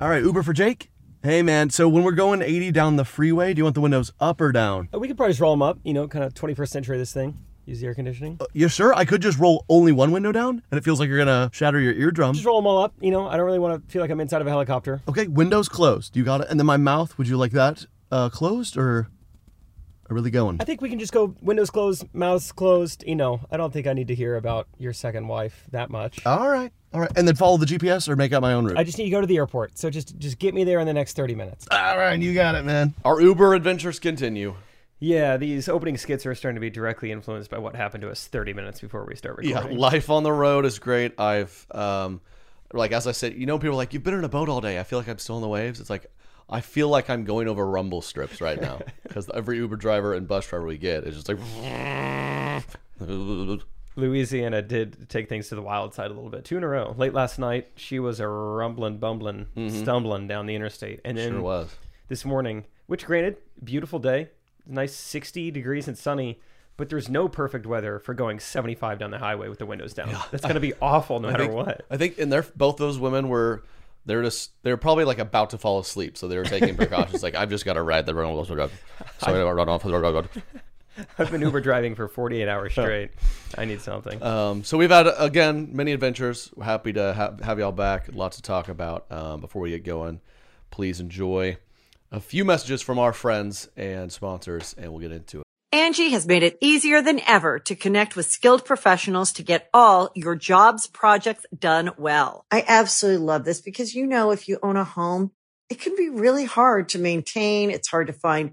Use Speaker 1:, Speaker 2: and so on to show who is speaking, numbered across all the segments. Speaker 1: All right, Uber for Jake. Hey man, so when we're going 80 down the freeway, do you want the windows up or down?
Speaker 2: Uh, We could probably just roll them up, you know, kind of 21st century this thing. Use the air conditioning.
Speaker 1: Yeah, sure. Uh, I could just roll only one window down, and it feels like you're gonna shatter your eardrum.
Speaker 2: Just roll them all up, you know. I don't really want to feel like I'm inside of a helicopter.
Speaker 1: Okay, windows closed. You got it. And then my mouth. Would you like that uh, closed or? Are really going?
Speaker 2: I think we can just go windows closed, mouths closed, you know. I don't think I need to hear about your second wife that much.
Speaker 1: All right, all right. And then follow the GPS or make up my own route.
Speaker 2: I just need to go to the airport. So just just get me there in the next 30 minutes.
Speaker 1: all right, you got it, man.
Speaker 3: Our Uber adventures continue.
Speaker 2: Yeah, these opening skits are starting to be directly influenced by what happened to us 30 minutes before we start
Speaker 3: Yeah, life on the road is great. I've um, like as I said, you know, people are like, "You've been in a boat all day." I feel like I'm still in the waves. It's like I feel like I'm going over rumble strips right now because every Uber driver and bus driver we get is just like.
Speaker 2: Louisiana did take things to the wild side a little bit. Two in a row. Late last night, she was a rumbling, bumbling, stumbling down the interstate, and then
Speaker 3: Mm-hmm. Sure was.
Speaker 2: this morning, which granted, beautiful day, nice 60 degrees and sunny, but there's no perfect weather for going 75 down the highway with the windows down. That's going to be awful no matter what.
Speaker 3: I think, and they're both those women were. They're just they're probably like about to fall asleep, so they were taking precautions. like I've just got to ride the rumble strip. Sorry, run off the road.
Speaker 2: I've been Uber driving for 48 hours
Speaker 3: Oh.
Speaker 2: straight. I need something.
Speaker 3: Um, so we've had again many adventures. We're happy to have, have y'all back. Lots to talk about. Um, before we get going, please enjoy a few messages from our friends and sponsors, and we'll get into it.
Speaker 4: Angie has made it easier than ever to connect with skilled professionals to get all your jobs projects done well.
Speaker 5: I absolutely love this because, you know, if you own a home, it can be really hard to maintain. It's hard to find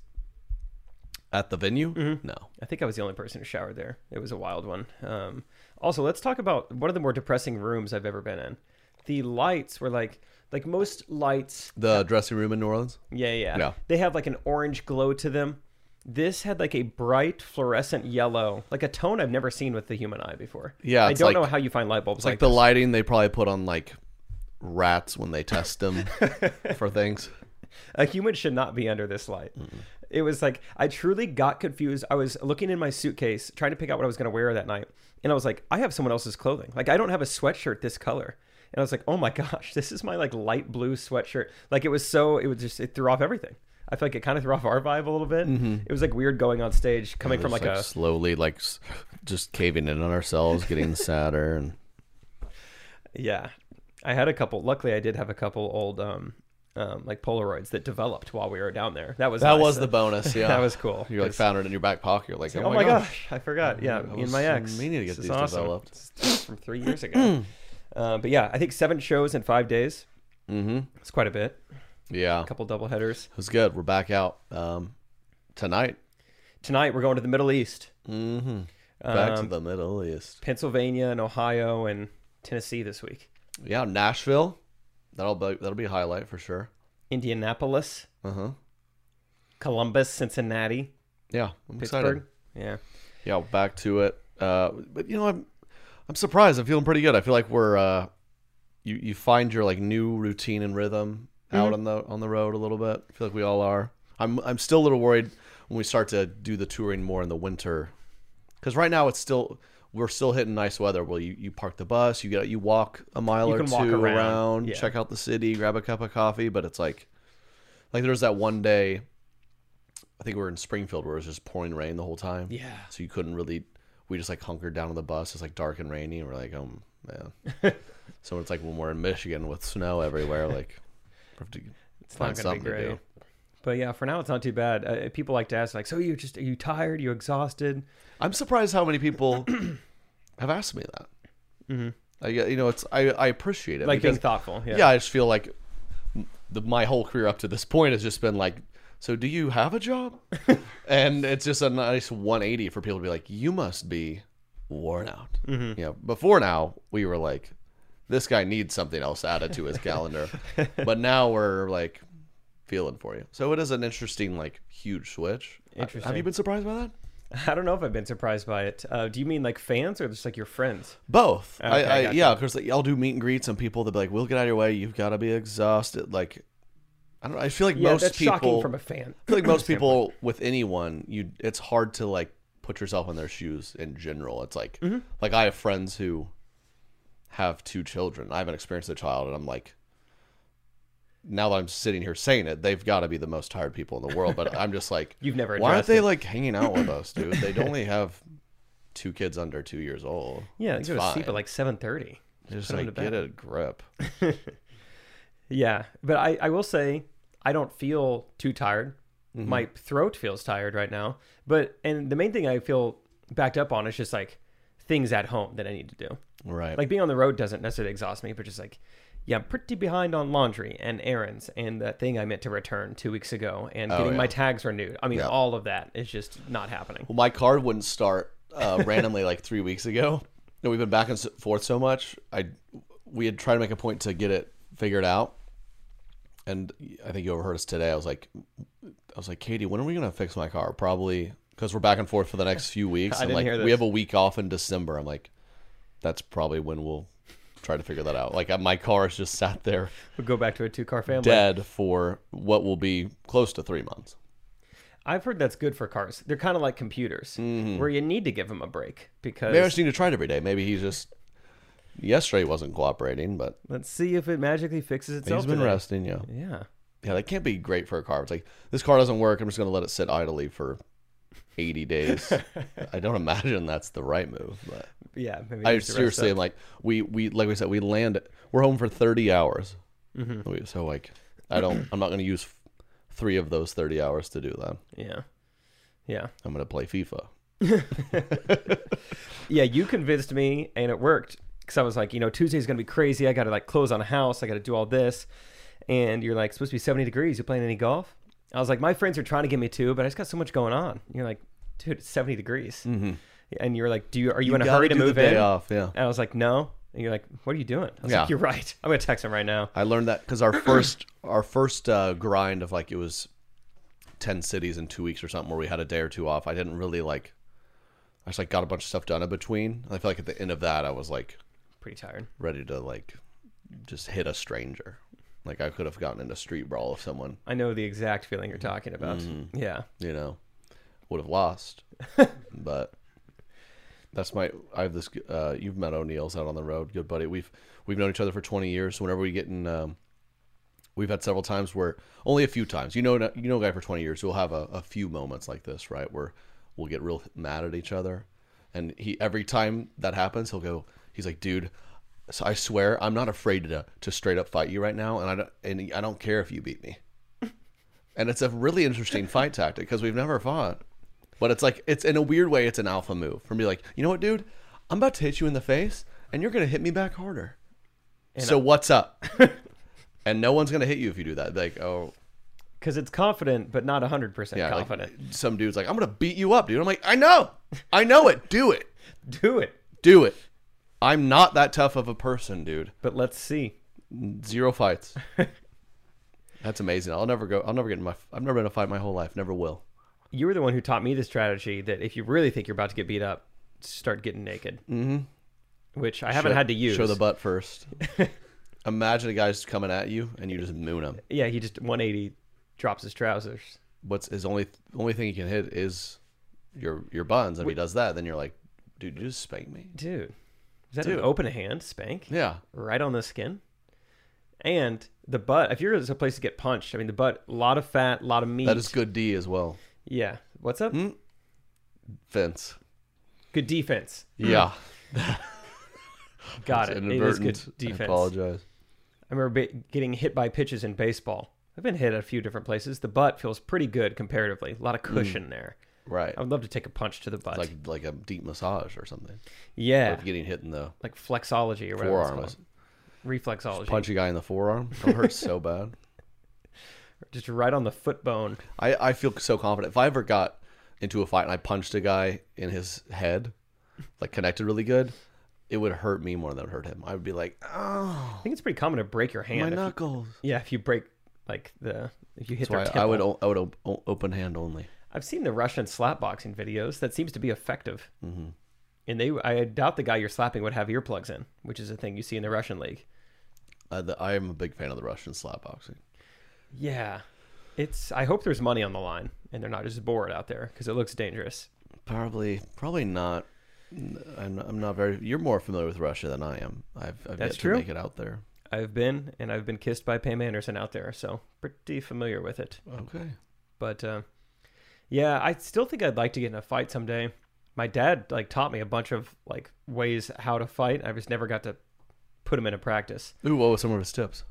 Speaker 3: at the venue. No,
Speaker 2: I think I was the only person who showered there. It was a wild one. Um, also, let's talk about one of the more depressing rooms I've ever been in. The lights were like like most lights.
Speaker 3: the dressing room in New Orleans.
Speaker 2: Yeah, yeah.
Speaker 3: Yeah.
Speaker 2: They have like an orange glow to them. This had like a bright fluorescent yellow, like a tone I've never seen with the human eye before.
Speaker 3: Yeah,
Speaker 2: I
Speaker 3: it's like-
Speaker 2: don't know how you find light bulbs
Speaker 3: It's like,
Speaker 2: like,
Speaker 3: the
Speaker 2: this.
Speaker 3: lighting they probably put on like rats when they test them for things.
Speaker 2: a human should not be under this light. It was like I truly got confused. I was looking in my suitcase trying to pick out what I was going to wear that night, and I was like, I have someone else's clothing. Like I don't have a sweatshirt this color. And I was like, oh my gosh, this is my like light blue sweatshirt. Like it was so it was just it threw off everything. I feel like it kind of threw off our vibe a little bit. It was like weird going on stage, coming from
Speaker 3: Just,
Speaker 2: like,
Speaker 3: Mm-hmm. like
Speaker 2: a
Speaker 3: slowly like s- just caving in on ourselves, getting sadder and
Speaker 2: yeah. I had a couple. Luckily, I did have a couple old um, um like Polaroids that developed while we were down there. That was
Speaker 3: that
Speaker 2: nice.
Speaker 3: was the bonus. Yeah,
Speaker 2: That was cool.
Speaker 3: You like
Speaker 2: 'cause-
Speaker 3: found it in your back pocket. You're like,
Speaker 2: Oh, my gosh. I forgot. Yeah,
Speaker 3: I
Speaker 2: me and
Speaker 3: was
Speaker 2: my ex.
Speaker 3: meaning to get
Speaker 2: This is
Speaker 3: these
Speaker 2: awesome.
Speaker 3: developed. Mm.
Speaker 2: It's from three years ago. uh, but yeah, I think seven shows in five days. Mm-hmm. It's quite a bit.
Speaker 3: Yeah,
Speaker 2: A couple double headers.
Speaker 3: It was good. We're back out um, tonight.
Speaker 2: Tonight we're going to the Middle East, Mm-hmm.
Speaker 3: Back
Speaker 2: Um,
Speaker 3: to the Middle East.
Speaker 2: Pennsylvania, and Ohio, and Tennessee this week.
Speaker 3: Yeah, Nashville. That'll be that'll be a highlight for sure.
Speaker 2: Indianapolis,
Speaker 3: Uh huh.
Speaker 2: Columbus, Cincinnati,
Speaker 3: Yeah, I'm
Speaker 2: Pittsburgh.
Speaker 3: excited.
Speaker 2: Yeah,
Speaker 3: Yeah, back to it. Uh, but you know, I'm I'm surprised. I'm feeling pretty good. I feel like we're uh, you you find your like new routine and rhythm
Speaker 2: Mm-hmm.
Speaker 3: out on the on the road a little bit. I feel like we all are. I'm I'm still a little worried when we start to do the touring more in the winter, because right now it's still we're still hitting nice weather. Well, you, you park the bus, you get you walk a mile
Speaker 2: You
Speaker 3: or
Speaker 2: can
Speaker 3: two
Speaker 2: walk around,
Speaker 3: around,
Speaker 2: yeah.
Speaker 3: check out the city, grab a cup of coffee. But it's like like there was that one day. I think we were in Springfield where it was just pouring rain the whole time.
Speaker 2: Yeah.
Speaker 3: So you couldn't really. We just like hunkered down on the bus. It's like dark and rainy. And we're like, oh man. so it's like when we're in Michigan with snow everywhere, like we have to
Speaker 2: it's
Speaker 3: find
Speaker 2: not going
Speaker 3: something
Speaker 2: to be
Speaker 3: to
Speaker 2: great.
Speaker 3: do.
Speaker 2: But yeah, for now it's not too bad. Uh, people like to ask, like, "So you just are you tired? you exhausted?"
Speaker 3: I'm surprised how many people have asked me that. Mm-hmm. I get- you know it's I I appreciate it
Speaker 2: Like being
Speaker 3: because-
Speaker 2: thoughtful.
Speaker 3: Yeah. I just feel like the, my whole career up to this point has just been like, so do you have a job? and it's just a nice 180 for people to be like, you must be worn out. Mm-hmm. Yeah. Before now, we were like, this guy needs something else added to his calendar. but now we're like feeling for you. So it is an interesting, like, huge switch. Uh,
Speaker 2: Interesting.
Speaker 3: Have you been surprised by that?
Speaker 2: I don't know if I've been surprised by it. Uh, do you mean like fans or just like your friends?
Speaker 3: Both. I,
Speaker 2: Oh, Okay,
Speaker 3: I
Speaker 2: gotcha.
Speaker 3: yeah, because like, I'll do meet and greets and people they'll be like, "We'll get out of your way. You've got to be exhausted." Like, I don't. know. I feel like
Speaker 2: Yeah,
Speaker 3: most
Speaker 2: that's shocking
Speaker 3: people.
Speaker 2: from a fan.
Speaker 3: I feel like most people with anyone, you it's hard to like put yourself in their shoes in general. It's like
Speaker 2: Mm-hmm.
Speaker 3: like I have friends who have two children. I haven't experienced a child, and I'm like, now that I'm sitting here saying it, they've got to be the most tired people in the world. But I'm just like,
Speaker 2: You've never
Speaker 3: Why aren't
Speaker 2: addressed
Speaker 3: they
Speaker 2: it.
Speaker 3: like hanging out with us, dude? They only have two kids under two years old.
Speaker 2: Yeah,
Speaker 3: It's
Speaker 2: you go to sleep
Speaker 3: fine.
Speaker 2: at like seven thirty.
Speaker 3: Just
Speaker 2: put 'em
Speaker 3: like
Speaker 2: to
Speaker 3: get
Speaker 2: bed.
Speaker 3: a grip.
Speaker 2: Yeah, but I, I will say I don't feel too tired.
Speaker 3: Mm-hmm.
Speaker 2: My throat feels tired right now, but and the main thing I feel backed up on is just like things at home that I need to do.
Speaker 3: Right.
Speaker 2: Like being on the road doesn't necessarily exhaust me, but just like yeah, I'm pretty behind on laundry and errands and that thing I meant to return two weeks ago and getting my
Speaker 3: Oh, yeah.
Speaker 2: tags renewed. I mean,
Speaker 3: Yeah.
Speaker 2: all of that is just not happening.
Speaker 3: well, my card wouldn't start uh, randomly like three weeks ago. And we've been back and s- forth so much. I we had tried to make a point to get it figured out, and I think you overheard us today. I was like, I was like, Katie, when are we gonna fix my car? Probably because we're back and forth for the next few weeks.
Speaker 2: I
Speaker 3: and
Speaker 2: didn't
Speaker 3: like
Speaker 2: hear
Speaker 3: we
Speaker 2: this.
Speaker 3: have a week off in December. I'm like, that's probably when we'll try to figure that out. Like uh, my car has just sat there
Speaker 2: We'll go back to a two car family.
Speaker 3: dead for what will be close to three months.
Speaker 2: I've heard that's good for cars. They're kind of like computers,
Speaker 3: Mm-hmm.
Speaker 2: where you need to give them a break because
Speaker 3: Maybe I just need to try it every day. Maybe he's just yesterday wasn't cooperating, but
Speaker 2: let's see if it magically fixes itself.
Speaker 3: he's been
Speaker 2: today.
Speaker 3: resting. Yeah,
Speaker 2: Yeah.
Speaker 3: yeah, that can't be great for a car. It's like this car doesn't work. I'm just gonna let it sit idly for. 80 days. I don't imagine that's the right move, but
Speaker 2: Yeah. Maybe
Speaker 3: I
Speaker 2: just the rest
Speaker 3: seriously am
Speaker 2: up.
Speaker 3: like we we like we said we land we're home for 30 hours.
Speaker 2: Mm-hmm.
Speaker 3: We- so like I don't I'm not going to use 3 of those 30 hours to do that.
Speaker 2: Yeah. Yeah.
Speaker 3: I'm going to play FIFA.
Speaker 2: Yeah. You convinced me and it worked because I was like, you know, Tuesday's going to be crazy. I got to like close on a house. I got to do all this. And you're like, supposed to be 70 degrees. You playing any golf? I was like, my friends are trying to get me to, but I just got so much going on. And you're like, dude, it's 70 degrees. And you're like, do you, are you, in a
Speaker 3: Mm-hmm. gotta
Speaker 2: hurry to
Speaker 3: do the
Speaker 2: move
Speaker 3: day
Speaker 2: in?
Speaker 3: off, yeah.
Speaker 2: And I was like, no. And you're like, what are you doing? I was
Speaker 3: Yeah.
Speaker 2: like, you're right. I'm going to text him right now.
Speaker 3: I learned that cuz our first our first uh, grind of like it was 10 cities in 2 weeks or something where we had a day or two off. I didn't really like I just like got a bunch of stuff done in between. I feel like at the end of that I was like
Speaker 2: Pretty tired.
Speaker 3: ready to like just hit a stranger. Like I could have gotten in a street brawl if someone
Speaker 2: I know the exact feeling you're talking about.
Speaker 3: Mm-hmm.
Speaker 2: Yeah.
Speaker 3: you know, would have lost. but that's my. I have this. Uh, you've met O'Neill's out on the road, good buddy. We've we've known each other for twenty years. So whenever we get in, um, we've had several times where only a few times. You know, you know, a guy for twenty years. We'll have a, a few moments like this, right, where we'll get real mad at each other. And he every time that happens, he'll go. He's like, dude. So I swear, I'm not afraid to to straight up fight you right now, and I don't and I don't care if you beat me and it's a really interesting fight tactic because we've never fought but it's like it's in a weird way it's an alpha move for me like you know what dude i'm about to hit you in the face and you're gonna hit me back harder so what's up and no one's gonna hit you if you do that like oh
Speaker 2: Because it's confident, but not 100%
Speaker 3: yeah like,
Speaker 2: confident.
Speaker 3: some dude's like i'm gonna beat you up dude i'm like i know i know it do it
Speaker 2: Do it.
Speaker 3: do it i'm not that tough of a person dude
Speaker 2: But let's see.
Speaker 3: zero fights that's amazing i'll never go i'll never get in my i've never been in a fight my whole life never will
Speaker 2: You were the one who taught me the strategy that if you really think you're about to get beat up, start getting naked. Mm-hmm. Which I haven't
Speaker 3: Show-
Speaker 2: had to use.
Speaker 3: Show the butt first. Imagine a guy's coming at you and you just moon him.
Speaker 2: Yeah, he just 180 drops his trousers.
Speaker 3: What's his only only thing he can hit is your your buns. And if he does that, then you're like, dude, you just spank me.
Speaker 2: Dude, is that
Speaker 3: Dude.
Speaker 2: an open hand spank?
Speaker 3: Yeah,
Speaker 2: Right on the skin. And the butt, if you're at a place to get punched, I mean, the butt, a lot of fat, a lot of meat.
Speaker 3: that is Hmm? good D as well.
Speaker 2: Yeah. What's up?
Speaker 3: Fence.
Speaker 2: Good defense.
Speaker 3: Yeah,
Speaker 2: Hmm. Got
Speaker 3: It's
Speaker 2: it. It is good
Speaker 3: inadvertent. I
Speaker 2: defense. I,
Speaker 3: apologize.
Speaker 2: remember be- getting hit by pitches in baseball. I've been hit at a few different places. The butt feels pretty good comparatively. A lot of cushion there.
Speaker 3: Right,
Speaker 2: I would love to take a punch to the butt.
Speaker 3: Hmm. like like a deep massage or something.
Speaker 2: yeah.
Speaker 3: Like getting hit in the
Speaker 2: Like flexology or whatever
Speaker 3: forearm.
Speaker 2: it's called. Reflexology.
Speaker 3: Punch a guy in the forearm. That hurts so bad.
Speaker 2: Just right on the foot bone.
Speaker 3: I, I feel so confident. If I ever got into a fight and I punched a guy in his head, like connected really good, it would hurt me more than it would hurt him. I would be like, "Ah,
Speaker 2: I think it's pretty common to break your hand.
Speaker 3: my
Speaker 2: if you-
Speaker 3: knuckles.
Speaker 2: yeah, if you break like the if you hit
Speaker 3: So
Speaker 2: their
Speaker 3: I,
Speaker 2: temple.
Speaker 3: I would o- I would op- o- open hand only.
Speaker 2: I've seen the Russian slapboxing videos. That seems to be effective. Mm-hmm. And they, I doubt the guy you're slapping would have earplugs in, which is a thing you see in the Russian league.
Speaker 3: Uh, the, I am a big fan of the Russian slapboxing.
Speaker 2: Yeah, it's. I hope there's money on the line, and they're not just bored out there because it looks dangerous.
Speaker 3: Probably probably not. I'm not, I'm not very. You're more familiar with Russia than I am. I've, I've
Speaker 2: That's
Speaker 3: yet
Speaker 2: true.
Speaker 3: to make it out there.
Speaker 2: I've been and I've been kissed by Pam Anderson out there, so pretty familiar with it.
Speaker 3: Okay.
Speaker 2: But uh, yeah, I still think I'd like to get in a fight someday. My dad like taught me a bunch of like ways how to fight. I just never got to put them into practice.
Speaker 3: Ooh, what was some of his tips?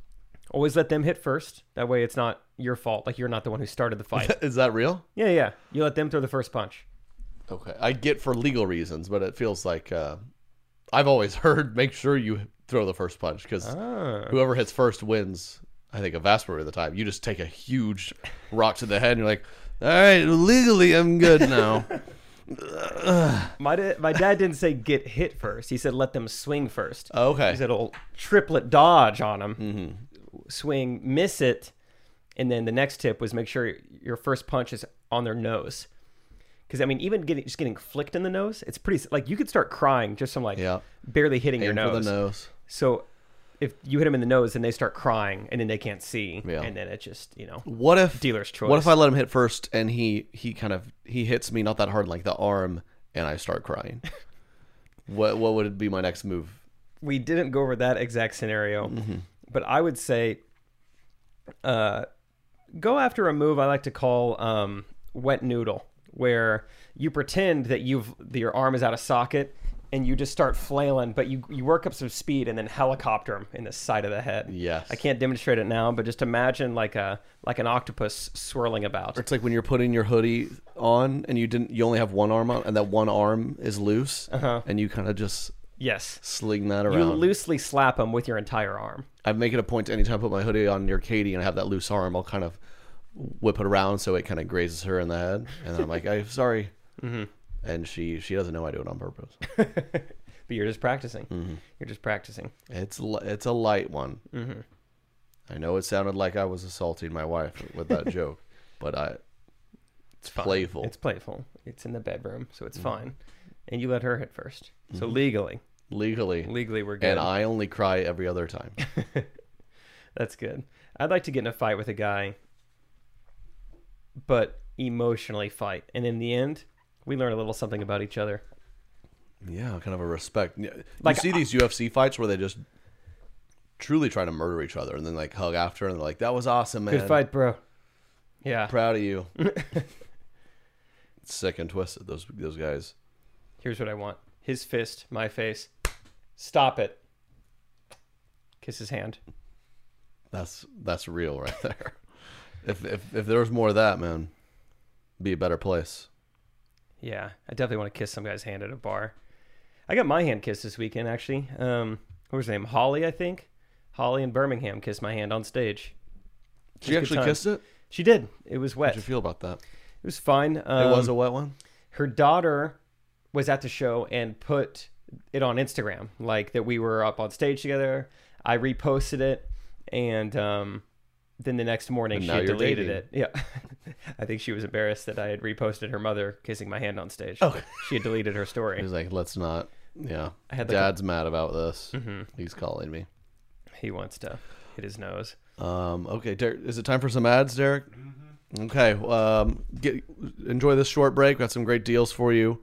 Speaker 2: Always let them hit first. That way, it's not your fault. Like you're not the one who started the fight.
Speaker 3: Is that real?
Speaker 2: yeah, yeah. You let them throw the first punch.
Speaker 3: Okay, I get for legal reasons, but it feels like uh, I've always heard make sure you throw the first punch because
Speaker 2: Ah.
Speaker 3: whoever hits first wins. I think a vast majority of the time, you just take a huge rock to the head, and you're like, "All right, legally, I'm good now."
Speaker 2: My da- my dad didn't say get hit first. He said let them swing
Speaker 3: Oh.
Speaker 2: first.
Speaker 3: okay, Mm-hmm.
Speaker 2: He said it'll triplet dodge on them, swing, miss it, And then the next tip was make sure your first punch is on their nose. Because I mean, even getting just getting flicked in the nose, it's pretty like you could start crying just from like
Speaker 3: Yeah.
Speaker 2: barely hitting your
Speaker 3: Aim for the
Speaker 2: nose.
Speaker 3: nose.
Speaker 2: So if you hit them in the nose and they start crying and then they can't see,
Speaker 3: Yeah.
Speaker 2: and then it just you know
Speaker 3: What if
Speaker 2: Dealer's
Speaker 3: What
Speaker 2: choice.
Speaker 3: if I let him hit first and he he kind of he hits me not that hard like the arm and I start crying? what what would be my next move?
Speaker 2: we didn't go over that exact scenario, but I would say, uh, go after a move I like to call um, wet noodle, where you pretend that you've that your arm is out of socket and you just start flailing, but you you work up some speed and then helicopter him in the side of the head.
Speaker 3: Yes.
Speaker 2: I can't demonstrate it now, but just imagine like a like an octopus swirling about.
Speaker 3: It's like when you're putting your hoodie on and you didn't you only have one arm on and that one arm is loose and you kind of just
Speaker 2: Yes.
Speaker 3: sling that
Speaker 2: Uh-huh. You
Speaker 3: around.
Speaker 2: loosely slap him with your entire arm.
Speaker 3: I make it a point to anytime I put my hoodie on near Katie and I have that loose arm, I'll kind of whip it around so it kind of grazes her in the head, and then I'm like, "I'm sorry,"
Speaker 2: Mm-hmm.
Speaker 3: and she she doesn't know I do it on purpose.
Speaker 2: But you're just practicing. You're just practicing.
Speaker 3: It's li- it's a light one.
Speaker 2: Mm-hmm.
Speaker 3: I know it sounded like I was assaulting my wife with that joke, but I
Speaker 2: It's
Speaker 3: playful.
Speaker 2: It's playful. It's in the bedroom, so it's fine. And you let her hit 1st So legally,
Speaker 3: legally
Speaker 2: legally we're good.
Speaker 3: and I only cry every other time.
Speaker 2: That's good. I'd like to get in a fight with a guy, but emotionally fight. And in the end, we learn a little something about each other.
Speaker 3: yeah, kind of a respect. Yeah,
Speaker 2: Like,
Speaker 3: you see these UFC fights where they just truly try to murder each other and then like hug after and they're like, "That was awesome, man.
Speaker 2: Good fight, bro. Yeah.
Speaker 3: proud of you. Sick and twisted. Those those guys.
Speaker 2: Here's what I want. His fist, my face. Stop it. Kiss his hand.
Speaker 3: That's that's real right there. if if if there was more of that, man, be a better place.
Speaker 2: Yeah, I definitely want to kiss some guy's hand at a bar. I got my hand kissed this weekend, actually. Um, what was her name? Holly, I think. Holly in Birmingham kissed my hand on stage.
Speaker 3: She actually
Speaker 2: time.
Speaker 3: kissed it.
Speaker 2: She did. It was wet.
Speaker 3: How'd you feel about that?
Speaker 2: It was fine. Um,
Speaker 3: it was a wet one.
Speaker 2: her daughter was at the show and put it on Instagram, like that we were up on stage together. I reposted it, and um, then the next morning
Speaker 3: And
Speaker 2: she
Speaker 3: now
Speaker 2: had
Speaker 3: you're
Speaker 2: deleted
Speaker 3: dating.
Speaker 2: it. Yeah, I think she was embarrassed that I had reposted her mother kissing my hand on stage.
Speaker 3: Oh.
Speaker 2: she had deleted her story.
Speaker 3: He's like, let's not. Yeah,
Speaker 2: I had, like, a- Mm-hmm.
Speaker 3: Dad's mad about this. He's calling me.
Speaker 2: He wants to hit his nose.
Speaker 3: Um, okay, Derek, is it time for some ads, Derek?
Speaker 2: Mm-hmm.
Speaker 3: Okay, um, get, enjoy this short break. Got some great deals for you.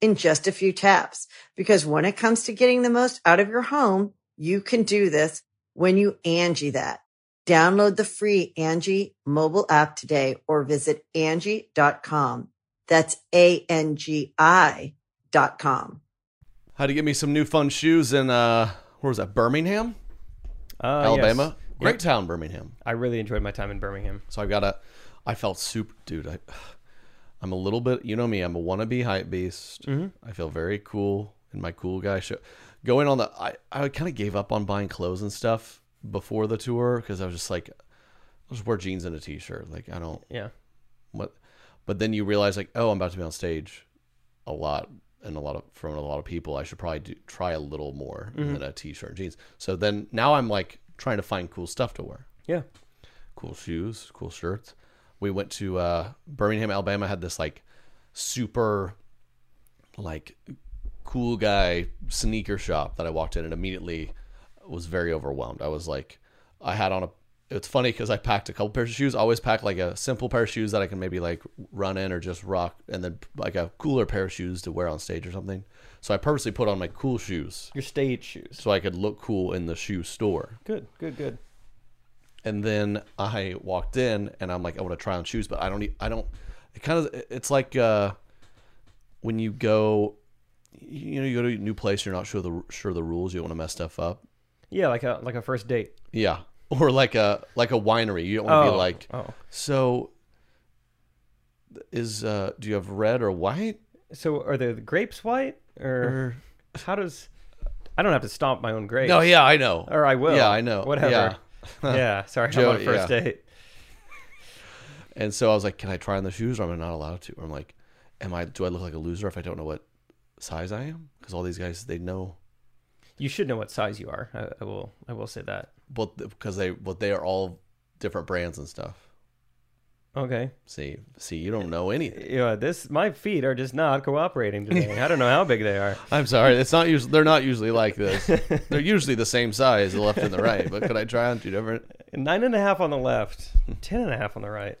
Speaker 5: in just a few taps. Because when it comes to getting the most out of your home, you can do this when you Angie that. Download the free Angie mobile app today or visit Angie.com. That's A-N-G-I dot com.
Speaker 3: How to get me some new fun shoes in uh, where was that? Birmingham, Ah,
Speaker 2: Uh, yes.
Speaker 3: Alabama.
Speaker 2: Yeah.
Speaker 3: Great town, Birmingham.
Speaker 2: I really enjoyed my time in Birmingham.
Speaker 3: So I got a, I felt super, dude. I, I'm a little bit, you know me. I'm a wannabe hype beast. I feel very cool in my cool guy show. Going on the, I, I kind of gave up on buying clothes and stuff before the tour because I was just like, I'll just wear jeans and a t-shirt. Like I don't
Speaker 2: Yeah.
Speaker 3: what, but then you realize like, oh, I'm about to be on stage, a lot and a lot of from a lot of people. I should probably do, try a little more than a t-shirt and jeans. So then now I'm like trying to find cool stuff to wear
Speaker 2: Yeah.
Speaker 3: cool shoes, cool shirts. We went to uh, Birmingham, Alabama. Had this like super, like cool guy sneaker shop that I walked in and immediately was very overwhelmed. I was like, I had on a it's funny because I packed a couple pairs of shoes. I always pack like a simple pair of shoes that I can maybe like run in or just rock, and then like a cooler pair of shoes to wear on stage or something. So I purposely put on my cool shoes
Speaker 2: Your stage shoes.
Speaker 3: so I could look cool in the shoe store.
Speaker 2: Good, good, good.
Speaker 3: and then I walked in and I'm like, I want to try on shoes, but I don't. e- I don't. It kind of. It's like uh, when you go, you know, you go to a new place, you're not sure the sure the rules. You don't want to mess stuff up.
Speaker 2: Yeah, like a like a first date.
Speaker 3: Yeah, or like a like a winery. You don't want to
Speaker 2: Oh,
Speaker 3: be like.
Speaker 2: oh.
Speaker 3: So, is uh, do you have red or white?
Speaker 2: So are the grapes white or how does? I don't have to stomp my own grapes.
Speaker 3: No, yeah, I know.
Speaker 2: Or I will.
Speaker 3: Yeah, I know.
Speaker 2: Whatever.
Speaker 3: Yeah.
Speaker 2: Yeah, sorry.
Speaker 3: Joe,
Speaker 2: I'm on a first
Speaker 3: yeah.
Speaker 2: date.
Speaker 3: And so I was like, "Can I try on the shoes? Or am I not allowed to?" Or I'm like, "Am I? Do I look like a loser if I don't know what size I am?" Because all these guys, they know.
Speaker 2: You should know what size you are. I, I will. I will say that.
Speaker 3: Well, th- because they well they are all different brands and stuff.
Speaker 2: Okay.
Speaker 3: See, see, you don't know anything.
Speaker 2: Yeah. This my feet are just not cooperating today. I don't know how big they are.
Speaker 3: I'm sorry, it's not usually they're not usually like this. they're usually the same size, the left and the right. But could I try on two different?
Speaker 2: Nine and a half on the left. Ten and a half on the right.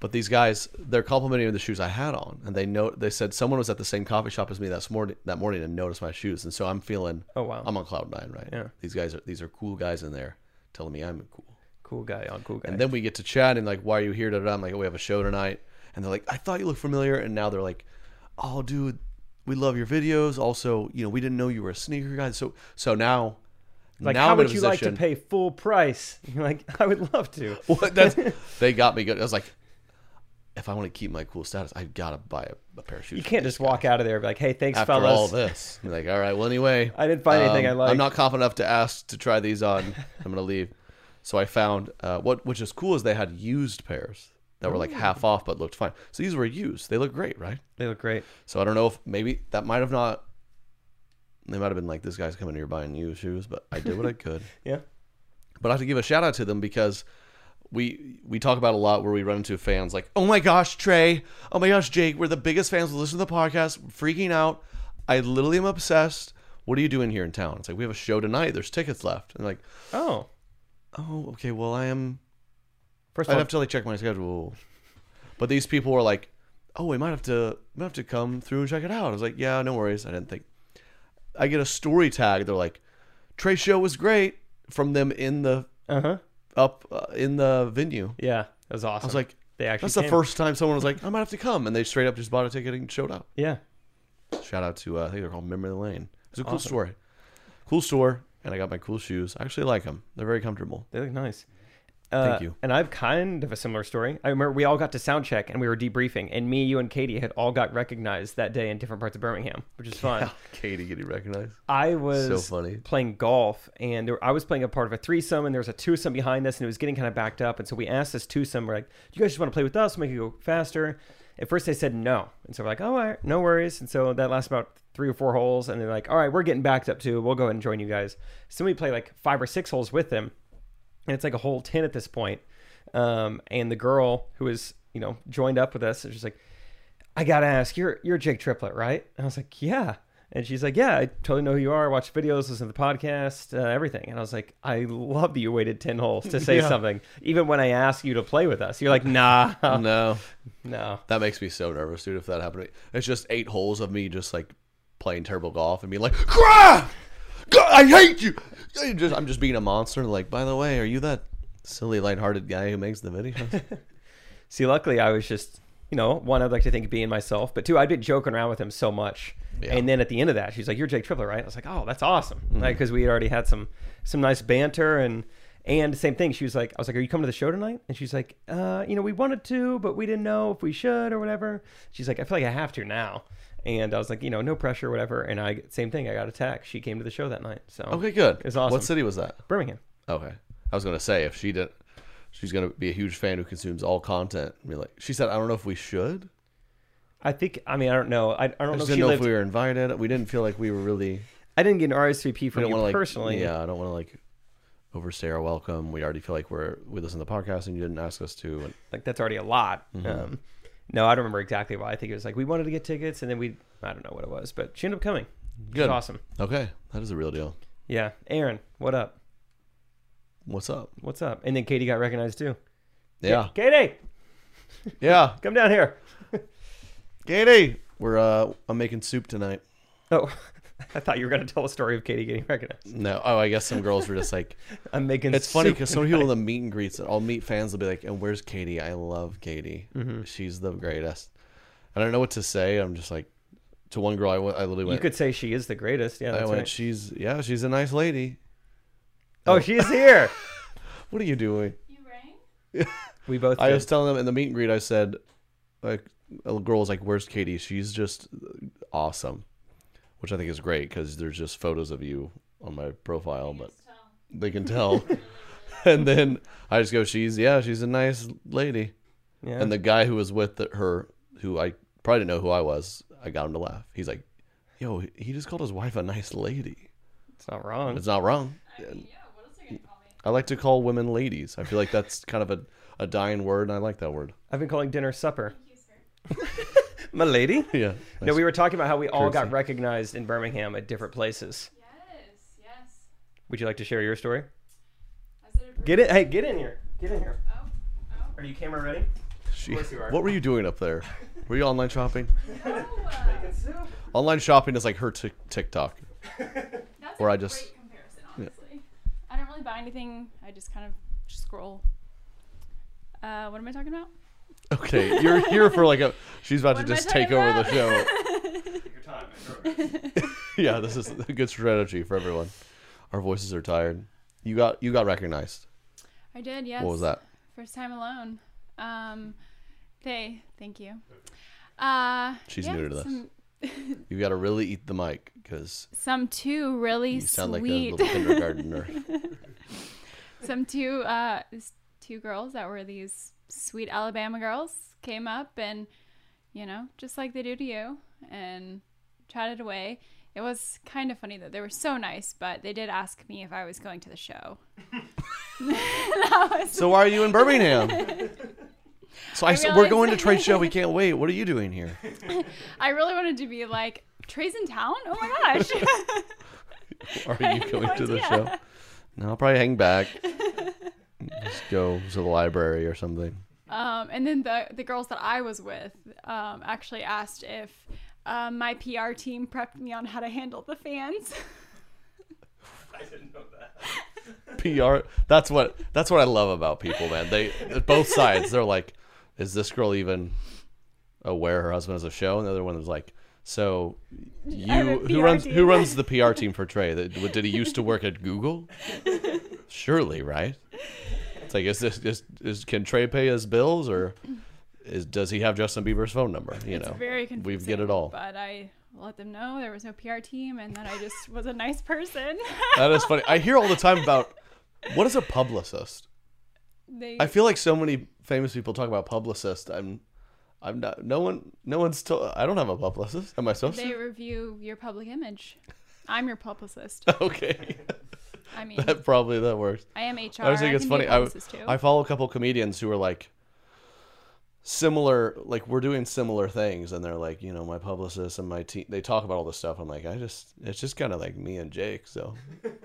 Speaker 3: But these guys, they're complimenting the shoes I had on, and they know they said someone was at the same coffee shop as me that morning that morning and noticed my shoes, and so I'm feeling
Speaker 2: Oh, wow.
Speaker 3: I'm on cloud nine right
Speaker 2: Yeah.
Speaker 3: these guys are these are cool guys in there telling me I'm cool.
Speaker 2: Cool guy on cool guy.
Speaker 3: And then we get to chat and like, why are you here? Da, da, da. I'm like, oh, we have a show tonight. And they're like, I thought you looked familiar. And now they're like, oh, dude, we love your videos. Also, you know, we didn't know you were a sneaker guy. So, so now,
Speaker 2: like,
Speaker 3: now
Speaker 2: how
Speaker 3: I'm in
Speaker 2: would
Speaker 3: a
Speaker 2: you like to
Speaker 3: position-
Speaker 2: pay full price? You're like, I would love to.
Speaker 3: What? That's, they got me good. I was like, if I want to keep my cool status, I've got to buy a, a pair of shoes.
Speaker 2: You
Speaker 3: for
Speaker 2: can't
Speaker 3: these
Speaker 2: just walk out of there and be like, hey, thanks,
Speaker 3: guys. after
Speaker 2: fellas.
Speaker 3: all this. I'm like, all right, well, anyway, um,
Speaker 2: I didn't find anything I
Speaker 3: I'm
Speaker 2: liked.
Speaker 3: not confident enough to ask to try these on. I'm gonna leave. So I found uh, what, which is cool, is they had used pairs that were like half off but looked fine. So these were used. They look great, right?
Speaker 2: They look great.
Speaker 3: So I don't know if maybe that might have not. They might have been like, this guy's coming here buying you shoes, but I did what I could.
Speaker 2: Yeah.
Speaker 3: But I have to give a shout out to them because we we talk about a lot where we run into fans like, oh my gosh, Trey, oh my gosh, Jake, we're the biggest fans. We listen to the podcast, freaking out. I literally am obsessed. What are you doing here in town? It's like we have a show tonight. There's tickets left, and like,
Speaker 2: Oh.
Speaker 3: oh, okay. Well, I am.
Speaker 2: First
Speaker 3: I'd
Speaker 2: of all,
Speaker 3: have to like check my schedule. But these people were like, oh, we might have to we might have to come through and check it out. I was like, yeah, no worries. I didn't think. I get a story tag. They're like, Trey show was great from them in the
Speaker 2: uh huh.
Speaker 3: up uh, in the venue.
Speaker 2: Yeah, that was awesome.
Speaker 3: I was like,
Speaker 2: they actually.
Speaker 3: that's the
Speaker 2: came.
Speaker 3: first time someone was like, I might have to come, and they straight up just bought a ticket and showed up.
Speaker 2: Yeah.
Speaker 3: Shout out to uh, I think they're called Memory Lane. It's a cool story, cool store, and I got my cool shoes. I actually like them. They're very comfortable.
Speaker 2: They look nice. Uh,
Speaker 3: Thank you.
Speaker 2: And I've kind of a similar story. I remember we all got to sound check and we were debriefing, and me, you, and Katie had all got recognized that day in different parts of Birmingham, which is fun.
Speaker 3: Katie getting recognized.
Speaker 2: I was
Speaker 3: So funny.
Speaker 2: playing golf, and there, I was playing a part of a threesome, and there was a twosome behind us, and it was getting kind of backed up. And so we asked this twosome, we're like, "Do you guys just want to play with us? Make it go faster." At first, they said no, and so we're like, "All right, no worries." And so that lasts about three or four holes, and they're like, "All right, we're getting backed up too. We'll go ahead and join you guys." So we play like five or six holes with them, and it's like a whole 10 at this point um, and the girl who is you know joined up with us is just like i gotta ask you're you're jake triplet right and i was like yeah and she's like yeah i totally know who you are I watch videos listen to the podcast uh, everything and i was like i love that you waited 10 holes to say something even when i ask you to play with us you're like nah
Speaker 3: No,
Speaker 2: no
Speaker 3: that makes me so nervous, dude. If that happened, to me. it's just eight holes of me just like playing terrible golf and being like, "Crap, God, I hate you." I just- I'm just being a monster. Like, by the way, are you that silly, lighthearted guy who makes the videos?
Speaker 2: See, luckily, I was just, you know, one, I'd like to think being myself, but two, I'd been joking around with him so much.
Speaker 3: Yeah. Mm-hmm.
Speaker 2: And then at the end of that, she's like, "You're Jake Tripler, right?" I was like, "Oh, that's awesome!" Like, because we had already had some some nice banter and and same thing. She was like, "I was like, are you coming to the show tonight?" And she's like, "Uh, you know, we wanted to, but we didn't know if we should or whatever." She's like, "I feel like I have to now." And I was like, you know, no pressure, whatever. And I same thing. I got attacked. She came to the show that night. So
Speaker 3: Okay, good.
Speaker 2: It's awesome.
Speaker 3: What city was that?
Speaker 2: Birmingham.
Speaker 3: Okay, I was gonna say if she did, she's gonna be a huge fan who consumes all content. I mean, like she said, I don't know if we should.
Speaker 2: I think. I mean, I don't know. I, I don't
Speaker 3: I
Speaker 2: know.
Speaker 3: just
Speaker 2: If she
Speaker 3: didn't know
Speaker 2: lived,
Speaker 3: if we were invited. We didn't feel like we were really.
Speaker 2: I didn't get an RSVP
Speaker 3: I
Speaker 2: from
Speaker 3: don't
Speaker 2: you
Speaker 3: want to like
Speaker 2: personally.
Speaker 3: Yeah, I don't want to like overstay our welcome. We already feel like we're we listen to the podcast and you didn't ask us to. And
Speaker 2: like that's already a lot.
Speaker 3: Mm-hmm.
Speaker 2: Um, no, I don't remember exactly why. I think it was like we wanted to get tickets, and then we I don't know what it was, but she ended up coming. Good,
Speaker 3: Good.
Speaker 2: awesome.
Speaker 3: okay, that is a real deal.
Speaker 2: Yeah, Aaron, what up?
Speaker 3: what's up?
Speaker 2: What's up? And then Katie got recognized too.
Speaker 3: Yeah,
Speaker 2: Katie,
Speaker 3: yeah,
Speaker 2: come down here.
Speaker 3: Katie. We're uh, I'm making soup tonight.
Speaker 2: Oh, I thought you were going to tell a story of Katie getting recognized.
Speaker 3: No, oh, I guess some girls were just like,
Speaker 2: I'm making
Speaker 3: it's funny
Speaker 2: soup
Speaker 3: because some people in the meet and greets, all meet fans will be like, "And where's Katie? I love Katie.
Speaker 2: Mm-hmm.
Speaker 3: She's the greatest." I don't know what to say. I'm just like, to one girl, I, went, I literally
Speaker 2: You
Speaker 3: went,
Speaker 2: could say she is the greatest. Yeah,
Speaker 3: I
Speaker 2: that's
Speaker 3: went,
Speaker 2: right.
Speaker 3: she's yeah, she's a nice lady.
Speaker 2: oh, she's here.
Speaker 3: What are you doing?
Speaker 6: You rang?
Speaker 2: We both.
Speaker 3: I
Speaker 2: did.
Speaker 3: was telling them in the meet and greet. I said, like, a little girl was like, "Where's Katie? She's just awesome," which I think is great because there's just photos of you on my profile, but they can tell. and then I just go, "She's yeah, she's a nice lady."
Speaker 2: Yeah.
Speaker 3: And the guy who was with her, who I probably didn't know who I was, I got him to laugh. He's like, "Yo, he just called his wife a nice lady.
Speaker 2: it's not wrong.
Speaker 3: It's not wrong."
Speaker 6: Yeah, what else are you gonna call me?
Speaker 3: I like to call women ladies. I feel like that's kind of a, a dying word, and I like that word.
Speaker 2: I've been calling dinner supper. My lady.
Speaker 3: Yeah.
Speaker 2: No, we were talking about how we all got
Speaker 3: Curtsy.
Speaker 2: recognized in Birmingham at different places.
Speaker 6: Yes, yes.
Speaker 2: Would you like to share your story?
Speaker 6: Is it a
Speaker 2: Get in. Hey, get in here. Get in here.
Speaker 6: Oh, oh.
Speaker 2: Are you camera ready?
Speaker 3: She-
Speaker 2: course you are.
Speaker 3: What were you doing up there? Were you online shopping?
Speaker 6: No, uh,
Speaker 3: Online shopping is like her tic TikTok.
Speaker 6: that's
Speaker 3: Or
Speaker 6: a
Speaker 3: I just-
Speaker 6: great comparison, honestly. I don't really buy anything. I just kind of scroll. Uh, what am I talking about?
Speaker 3: Okay, you're here for like a. She's about
Speaker 6: What
Speaker 3: to
Speaker 6: am I
Speaker 3: just take
Speaker 6: talking
Speaker 3: over the
Speaker 6: about?
Speaker 3: show.
Speaker 2: Your time.
Speaker 3: yeah, this is a good strategy for everyone. Our voices are tired. You got you got recognized.
Speaker 6: I did, yes.
Speaker 3: What was that?
Speaker 6: First time alone. Um, they, thank you. Uh,
Speaker 3: She's
Speaker 6: yeah,
Speaker 3: new to this.
Speaker 6: Some,
Speaker 3: You got to really eat the mic because
Speaker 6: some two really
Speaker 3: you sound
Speaker 6: sweet.
Speaker 3: like a little kindergartner.
Speaker 6: some two uh these two girls that were these sweet Alabama girls came up and you know just like they do to you and chatted away. It was kind of funny that they were so nice, but they did ask me if I was going to the show. That was-
Speaker 3: so why are you in Birmingham? So I, said we're
Speaker 6: realized-
Speaker 3: going to trade show. We can't wait. What are you doing here?
Speaker 6: I really wanted to be like Trey's in town. Oh my gosh!
Speaker 3: Are you
Speaker 6: had
Speaker 3: going
Speaker 6: no
Speaker 3: to the
Speaker 6: idea.
Speaker 3: show? No, I'll probably hang back. Just go to the library or something.
Speaker 6: um, and then the the girls that I was with um, actually asked if um, my PR team prepped me on how to handle the fans.
Speaker 3: PR. That's what that's what I love about people, man. They both sides. They're like, is this girl even aware her husband has a show? And the other one was like, so
Speaker 6: have a
Speaker 3: you who
Speaker 6: PR
Speaker 3: runs who
Speaker 6: team.
Speaker 3: runs the PR team for Trey? That- Did he used to work at Google? Surely, right? It's like, is this is, is can Trey pay his bills or? Is, does he have Justin Bieber's phone number? You know,
Speaker 6: It's very
Speaker 3: we
Speaker 6: confusing.
Speaker 3: get it all.
Speaker 6: But I let them know there was no PR team and that I just was a nice person.
Speaker 3: That is funny. I hear all the time about what is a publicist.
Speaker 6: they,
Speaker 3: I feel like so many famous people talk about publicist. I'm, I'm not. No one, no one's. To, I don't have a publicist. Am I supposed
Speaker 6: they
Speaker 3: to?
Speaker 6: review your public image. I'm your publicist.
Speaker 3: Okay,
Speaker 6: I mean,
Speaker 3: that probably that works.
Speaker 6: I am HR.
Speaker 3: I just think it's
Speaker 6: can be
Speaker 3: funny.
Speaker 6: a
Speaker 3: I,
Speaker 6: publicist too.
Speaker 3: I follow a couple comedians who are like similar. Like we're doing similar things, and they're like, you know, my publicist and my team. They talk about all this stuff. I'm like, I just, it's just kind of like me and Jake. So,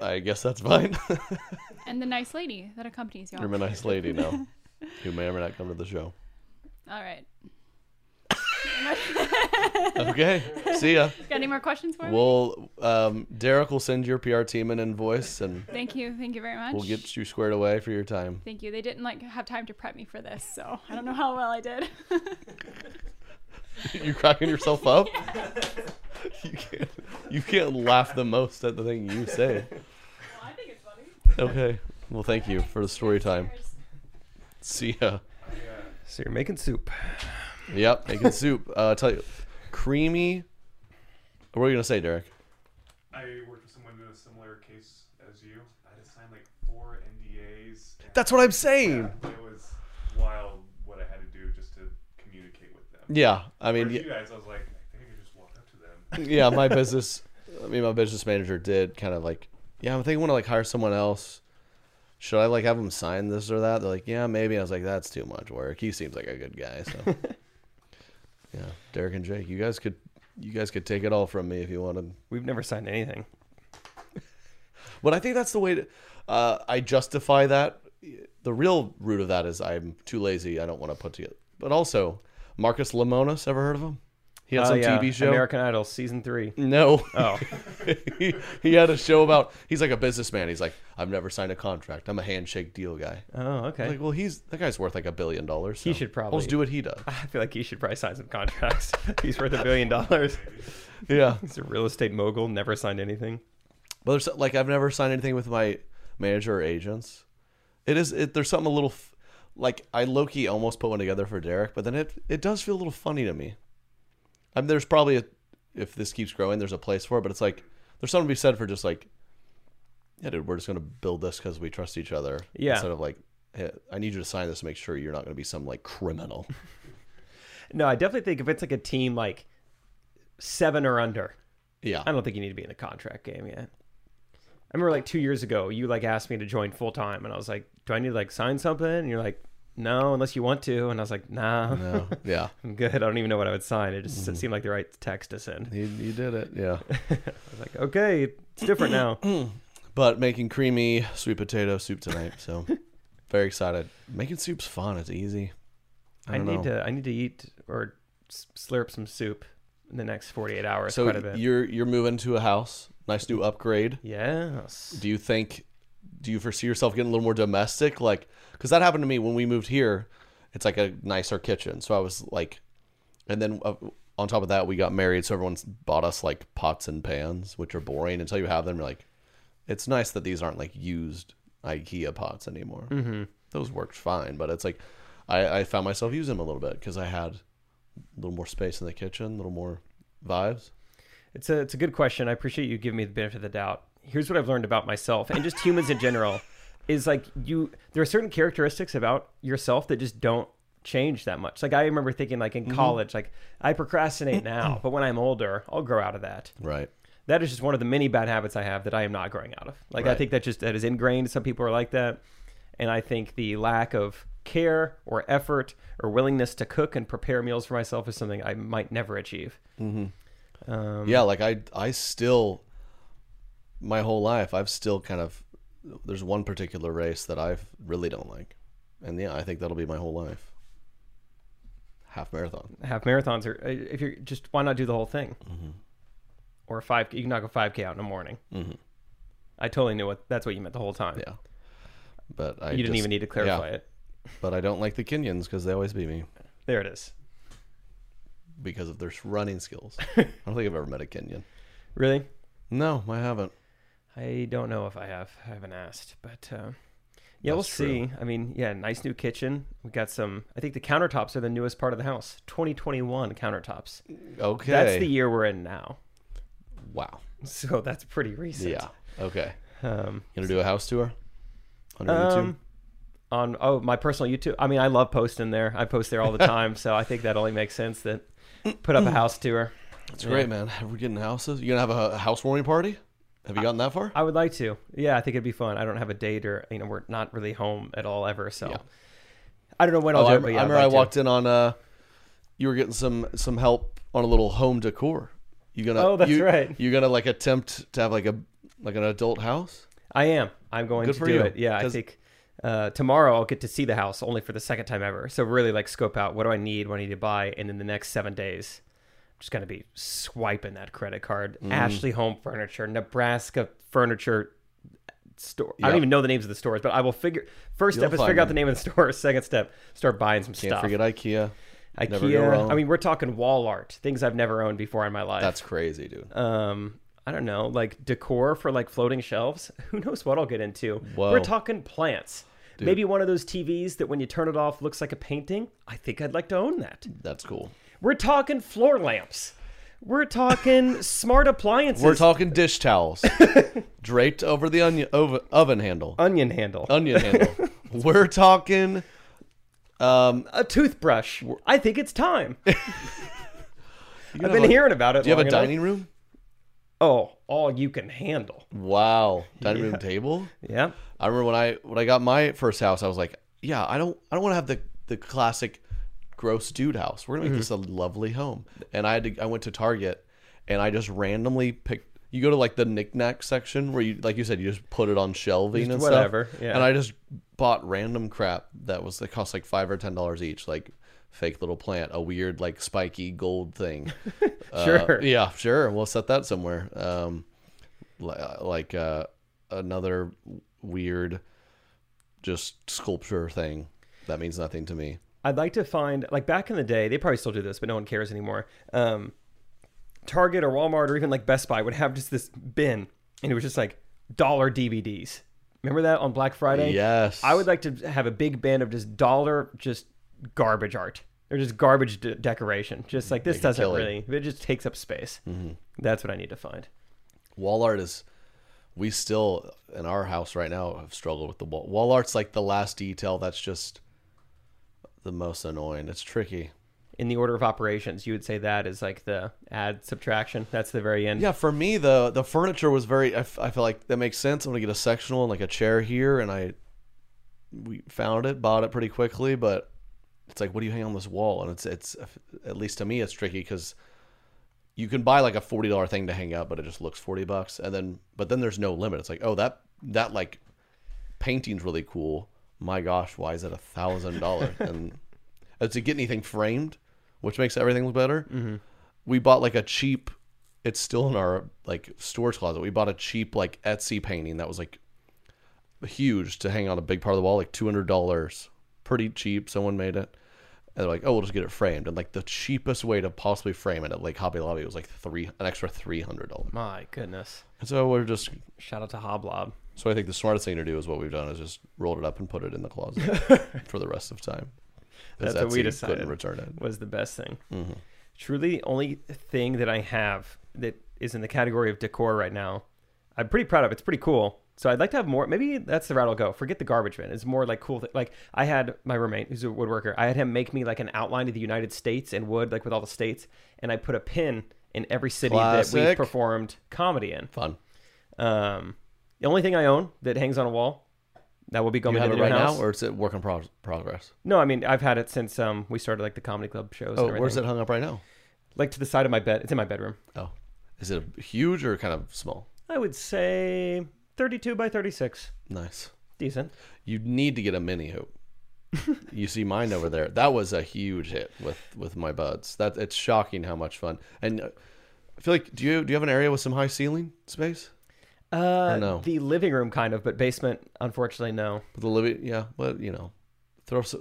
Speaker 3: I guess that's fine.
Speaker 6: and the nice lady that accompanies y'all.
Speaker 3: I'm a nice lady now, who may or may not come to the show.
Speaker 6: All right.
Speaker 3: Okay, see ya.
Speaker 6: Got any more questions for me?
Speaker 3: We'll um, Derek will send your PR team an invoice, and
Speaker 6: Thank you. Thank you very much.
Speaker 3: we'll get you squared away for your time.
Speaker 6: Thank you. They didn't like have time to prep me for this, so I don't know how well I did.
Speaker 3: you cracking yourself up? You can't. You can't laugh the most at the thing you say.
Speaker 6: I think it's funny.
Speaker 3: Okay. Well, thank you for the story time. See ya.
Speaker 2: So you're making soup.
Speaker 3: Yep, making soup. Uh, tell you, creamy. What were you gonna say, Derek?
Speaker 7: I worked with someone in a similar case as you. I had to sign like four NDAs. and
Speaker 3: That's what I'm saying.
Speaker 7: It was wild what I had to do just to communicate with them.
Speaker 3: Yeah, I mean,
Speaker 7: Whereas
Speaker 3: y-
Speaker 7: you guys, I was like, I think I could just walk up to them.
Speaker 3: yeah, my business, I mean, my business manager did kind of like, yeah, I'm thinking want to like hire someone else. Should I like have him sign this or that? They're like, yeah, maybe. I was like, that's too much work. He seems like a good guy, so yeah. Derek and Jake, you guys could, you guys could take it all from me if you wanted.
Speaker 2: We've never signed anything.
Speaker 3: But I think that's the way to, uh, I justify that. The real root of that is I'm too lazy. I don't want to put together. But also, Marcus Lemonis, ever heard of him? He had
Speaker 2: Oh,
Speaker 3: some
Speaker 2: yeah,
Speaker 3: TV show.
Speaker 2: American Idol season three.
Speaker 3: No.
Speaker 2: Oh,
Speaker 3: he, he had a show about he's like a businessman. He's like, I've never signed a contract. I'm a handshake deal guy.
Speaker 2: oh, okay.
Speaker 3: Like, well, he's that guy's worth like a billion dollars.
Speaker 2: He
Speaker 3: so
Speaker 2: should probably-
Speaker 3: let's do what he does.
Speaker 2: I feel like he should probably sign some contracts. He's worth a billion dollars.
Speaker 3: Yeah,
Speaker 2: He's a real estate mogul. Never signed anything.
Speaker 3: but there's like I've never signed anything with my manager or agents. It is it, there's something a little f- like I Loki almost put one together for Derek, but then it it does feel a little funny to me. I mean, there's probably a if this keeps growing, there's a place for it, but it's like there's something to be said for just like, yeah, dude, we're just gonna build this because we trust each other.
Speaker 2: Yeah.
Speaker 3: Instead of like, hey, I need you to sign this to make sure you're not gonna be some like criminal.
Speaker 2: No, I definitely think if it's like a team like seven or under,
Speaker 3: Yeah.
Speaker 2: I don't think you need to be in the contract game yet. I remember like two years ago, you like asked me to join full time, and I was like, "Do I need to like sign something?" And you're like, "No, unless you want to." And I was like, "Nah,
Speaker 3: No. Yeah.
Speaker 2: I'm good. I don't even know what I would sign. It
Speaker 3: Mm-hmm.
Speaker 2: just seemed like the right text to send."
Speaker 3: You, you did it. Yeah.
Speaker 2: I was like, "Okay, it's different now."
Speaker 3: but making creamy sweet potato soup tonight. So very excited. Making soup's fun. It's easy.
Speaker 2: I,
Speaker 3: don't
Speaker 2: need
Speaker 3: know.
Speaker 2: to I need to eat or s- slurp some soup in the next 48 hours.
Speaker 3: So
Speaker 2: quite a bit.
Speaker 3: you're you're moving to a house. Nice new upgrade.
Speaker 2: yes.
Speaker 3: Do you think? Do you foresee yourself getting a little more domestic? Like, because that happened to me when we moved here. It's like a nicer kitchen. So I was like, and then uh, on top of that, we got married. So everyone's bought us like pots and pans, which are boring until you have them. You're like, it's nice that these aren't like used IKEA pots anymore. Mm-hmm. Those worked fine, but it's like I, I found myself using them a little bit because I had a little more space in the kitchen, a little more vibes.
Speaker 2: It's a it's a good question. I appreciate you giving me the benefit of the doubt. Here's what I've learned about myself and just humans in general is like you there are certain characteristics about yourself that just don't change that much. Like I remember thinking like in
Speaker 3: Mm-hmm.
Speaker 2: college like I procrastinate now, but when I'm older, I'll grow out of that.
Speaker 3: Right.
Speaker 2: That is just one of the many bad habits I have that I am not growing out of. Like I
Speaker 3: Right.
Speaker 2: think that just that is ingrained. Some people are like that. And I think the lack of care or effort or willingness to cook and prepare meals for myself is something I might never achieve.
Speaker 3: yeah like i i still my whole life i've still kind of there's one particular race that i really don't like and yeah i think that'll be my whole life half marathon
Speaker 2: half marathons or if you're just why not do the whole thing
Speaker 3: Mm-hmm.
Speaker 2: or a five you can knock a 5k out in the morning i totally knew what that's what you meant the whole time
Speaker 3: Mm-hmm. yeah but i
Speaker 2: you didn't
Speaker 3: just-
Speaker 2: even need to clarify
Speaker 3: yeah,
Speaker 2: it
Speaker 3: but i don't like the kenyans because they always beat me
Speaker 2: there it is
Speaker 3: because of their running skills i don't think i've ever met a kenyan
Speaker 2: really
Speaker 3: no i haven't
Speaker 2: i don't know if i have i haven't asked but uh, yeah we'll
Speaker 3: That's true.
Speaker 2: see i mean yeah nice new kitchen we got some i think the countertops are the newest part of the house 2021 countertops
Speaker 3: okay
Speaker 2: that's the year we're in now
Speaker 3: wow
Speaker 2: so that's pretty recent
Speaker 3: yeah okay
Speaker 2: um,
Speaker 3: you gonna do a house tour on youtube
Speaker 2: Um, on oh my personal YouTube. I mean, I love posting there. I post there all the time, so I think that only makes sense that put up a house tour.
Speaker 3: it's great man we're getting houses you gonna have a, a housewarming party have you gotten that far
Speaker 2: I would like to. Yeah, I think it'd be fun. I don't have a date or you know we're not really home at all ever, so
Speaker 3: Yeah.
Speaker 2: I don't know when I'll
Speaker 3: Oh,
Speaker 2: do
Speaker 3: I,
Speaker 2: it. But yeah,
Speaker 3: I
Speaker 2: I'd
Speaker 3: remember
Speaker 2: like
Speaker 3: I
Speaker 2: to.
Speaker 3: walked in on uh you were getting some some help on a little home decor. You gonna
Speaker 2: Oh, that's
Speaker 3: you,
Speaker 2: right.
Speaker 3: You gonna like attempt to have like a like an adult house?
Speaker 2: I am. I'm going
Speaker 3: Good
Speaker 2: to
Speaker 3: for
Speaker 2: do
Speaker 3: you,
Speaker 2: it. Yeah, I
Speaker 3: 'cause-
Speaker 2: think uh, tomorrow I'll get to see the house only for the second time ever. So really, like, scope out what do I need, what I need to buy, and in the next seven days, I'm just gonna be swiping that credit card.
Speaker 3: Mm.
Speaker 2: Ashley Home Furniture, Nebraska Furniture Store. I
Speaker 3: Yep.
Speaker 2: don't even know the names of the stores, but I will figure. 1st
Speaker 3: You'll
Speaker 2: step is
Speaker 3: find
Speaker 2: figure out
Speaker 3: them.
Speaker 2: the name of the store. Second step, start buying some
Speaker 3: Can't
Speaker 2: stuff.
Speaker 3: forget IKEA.
Speaker 2: IKEA.
Speaker 3: Never go wrong.
Speaker 2: I mean, we're talking wall art, things I've never owned before in my life
Speaker 3: That's crazy, dude.
Speaker 2: um I don't know, like decor for like floating shelves. Who knows what I'll get into?
Speaker 3: Whoa.
Speaker 2: We're talking plants. Maybe one of those TVs that when you turn it off looks like a painting. I think I'd like to own that.
Speaker 3: That's cool.
Speaker 2: We're talking floor lamps. We're talking smart appliances.
Speaker 3: We're talking dish towels draped over the onion over, oven handle,
Speaker 2: onion handle.
Speaker 3: onion handle. We're talking. Um,
Speaker 2: a toothbrush. I think it's time.
Speaker 3: I've
Speaker 2: I've been hearing about it.
Speaker 3: Do you have a
Speaker 2: long enough.
Speaker 3: dining room?
Speaker 2: Oh, all you can handle.
Speaker 3: Wow, dining room table.
Speaker 2: Yeah.
Speaker 3: I remember when I when I got my first house, I was like, yeah, I don't I don't want to have the the classic gross dude
Speaker 2: Mm-hmm.
Speaker 3: house. We're gonna make this a lovely home. And I had to I went to Target and I just randomly picked you go to like the knickknack section where you, like you said, you just put it on shelving
Speaker 2: Just
Speaker 3: and
Speaker 2: whatever,
Speaker 3: stuff.
Speaker 2: yeah.
Speaker 3: And I just bought random crap that was that cost like five or ten dollars each, like fake little plant, a weird like spiky gold thing. Uh,
Speaker 2: Sure.
Speaker 3: yeah, sure. We'll set that somewhere. Um, li- like uh, another weird, just sculpture thing that means nothing to me.
Speaker 2: I'd like to find like back in the day, they probably still do this, but no one cares anymore. Um, Target or Walmart or even like Best Buy would have just this bin, and it was just like dollar DVDs. Remember that on Black Friday?
Speaker 3: Yes.
Speaker 2: I would like to have a big bin of just dollar, just garbage art or just garbage de- decoration. Just like this
Speaker 3: a
Speaker 2: doesn't
Speaker 3: killing.
Speaker 2: really, it just takes up space. That's what I need to find.
Speaker 3: wall art is we still in our house right now have struggled with the wall wall art's like the last detail that's just the most annoying it's tricky
Speaker 2: In the order of operations, you would say that is like the add subtraction. That's the very end.
Speaker 3: yeah for me the the furniture was very i, f- I feel like that makes sense i'm gonna get a sectional and like a chair here and i we found it bought it pretty quickly but it's like what do you hang on this wall and it's it's at least to me it's tricky because you can buy like a forty dollar thing to hang up, but it just looks forty bucks. And then, but then there's no limit. It's like, oh, that that like painting's really cool. My gosh, why is it a thousand dollar? And uh, to get anything framed, which makes everything look better, we bought like a cheap. It's still in our like storage closet. We bought a cheap like Etsy painting that was like huge to hang on a big part of the wall, like two hundred dollars, pretty cheap. Someone made it. And they're like, oh, we'll just get it framed. And like the cheapest way to possibly frame it at like Hobby Lobby was like three, an extra three hundred dollars.
Speaker 2: My goodness.
Speaker 3: And so we're just,
Speaker 2: Shout out to Hoblob.
Speaker 3: so I think the smartest thing to do is what we've done is just rolled it up and put it in the closet for the rest of time. 'Cause
Speaker 2: That's what we
Speaker 3: Etsy
Speaker 2: decided.
Speaker 3: Couldn't return it. Mm-hmm.
Speaker 2: was the best thing. Truly, the only thing that I have that is in the category of decor right now, I'm pretty proud of. It's pretty cool. So I'd like to have more. Maybe that's the route I'll go. Forget the garbage bin. It's more like cool. Th- like I had my roommate, who's a woodworker. I had him make me like an outline of the United States in wood, like with all the states, and I put a pin in every city that we
Speaker 3: Classic.
Speaker 2: performed comedy in.
Speaker 3: Fun.
Speaker 2: Um, the only thing I own that hangs on a wall that will be going
Speaker 3: You
Speaker 2: into
Speaker 3: have
Speaker 2: the
Speaker 3: it
Speaker 2: new
Speaker 3: right
Speaker 2: house.
Speaker 3: now, or is it work in prog- progress?
Speaker 2: No, I mean I've had it since um, we started like the comedy club shows. and
Speaker 3: Oh,
Speaker 2: everything.
Speaker 3: where's it hung up right now?
Speaker 2: like to the side of my bed. It's in my bedroom.
Speaker 3: Oh, is it a huge or kind of small?
Speaker 2: I would say 32 by 36.
Speaker 3: Nice.
Speaker 2: Decent.
Speaker 3: You need to get a mini hoop. you see mine over there. That was a huge hit with with my buds. That it's shocking how much fun. And uh, I feel like do you do you have an area with some high ceiling space?
Speaker 2: Uh,
Speaker 3: no.
Speaker 2: The living room, kind of, but basement, unfortunately, no.
Speaker 3: With the living, yeah. But you know, throw s-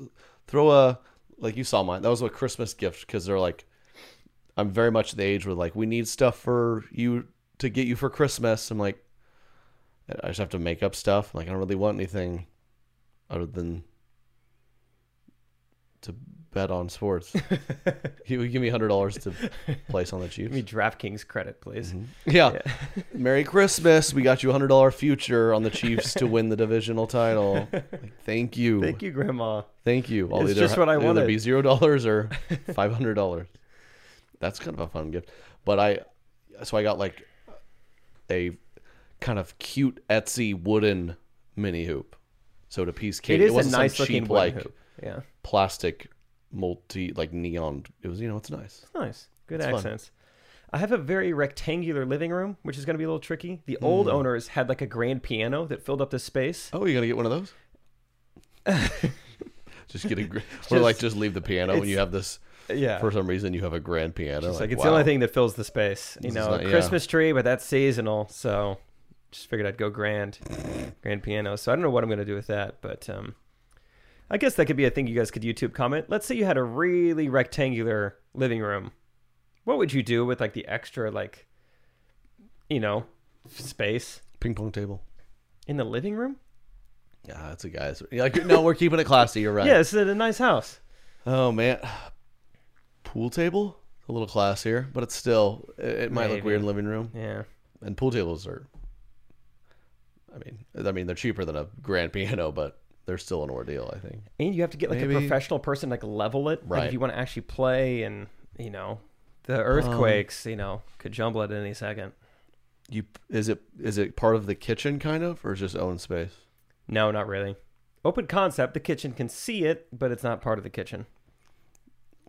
Speaker 3: throw a like you saw mine. That was a Christmas gift because they're like, I'm very much the age where like we need stuff for you to get you for Christmas. I'm like, I just have to make up stuff. Like I don't really want anything other than to bet on sports. he would give me hundred dollars to place on the Chiefs.
Speaker 2: Give me DraftKings credit, please.
Speaker 3: Yeah. Merry Christmas. We got you a hundred dollar future on the Chiefs to win the divisional title. Like, thank you.
Speaker 2: Thank you, Grandma.
Speaker 3: Thank you. I'll
Speaker 2: It's
Speaker 3: either,
Speaker 2: just what I
Speaker 3: it'll
Speaker 2: wanted.
Speaker 3: Either be zero dollars or five hundred dollars. That's kind of a fun gift. But I, so I got like a kind of cute Etsy wooden mini hoop. So to piece cake,
Speaker 2: It is
Speaker 3: wasn't
Speaker 2: a
Speaker 3: some
Speaker 2: nice looking
Speaker 3: cheap,
Speaker 2: wooden
Speaker 3: like
Speaker 2: hoop. Yeah.
Speaker 3: plastic, multi like neon. It was you know it's nice.
Speaker 2: Nice. Good
Speaker 3: fun.
Speaker 2: accents. I have a very rectangular living room, which is going to be a little tricky.
Speaker 3: Hmm.
Speaker 2: The old owners had like a grand piano that filled up the space.
Speaker 3: Oh, you gonna get one of those? just get a. gr- or like
Speaker 2: Just-
Speaker 3: just leave the piano when you
Speaker 2: it's-
Speaker 3: have this.
Speaker 2: Yeah.
Speaker 3: For some reason, you have a grand piano.
Speaker 2: It's like it's the only thing that fills the space. You
Speaker 3: is
Speaker 2: know,
Speaker 3: not- yeah.
Speaker 2: Christmas tree, but that's seasonal, so just figured I'd go grand, grand piano. So I don't know what I'm gonna do with that, but um, I guess that could be a thing you guys could YouTube comment. Let's say you had a really rectangular living room. What would you do with like the extra like, you know, space
Speaker 3: ping pong table.
Speaker 2: in the living room?
Speaker 3: Yeah, that's a guy's. yeah, Like, no, we're keeping it classy. You're right.
Speaker 2: Yeah, it's a nice house.
Speaker 3: Oh man, pool table a little classier, but it's still it, it might look
Speaker 2: Maybe.
Speaker 3: weird in the living room.
Speaker 2: Yeah,
Speaker 3: And pool tables are. I mean, I mean they're cheaper than a grand piano, but they're still an ordeal. I think.
Speaker 2: and you have to get like a
Speaker 3: Maybe.
Speaker 2: professional person like level it, Like
Speaker 3: Right.
Speaker 2: if you want to actually play, and you know, the earthquakes, you know, could jumble it any second.
Speaker 3: You is it is it part of the kitchen kind of or is it just own space?
Speaker 2: No, not really. Open concept. The kitchen can see it, but it's not part of the kitchen.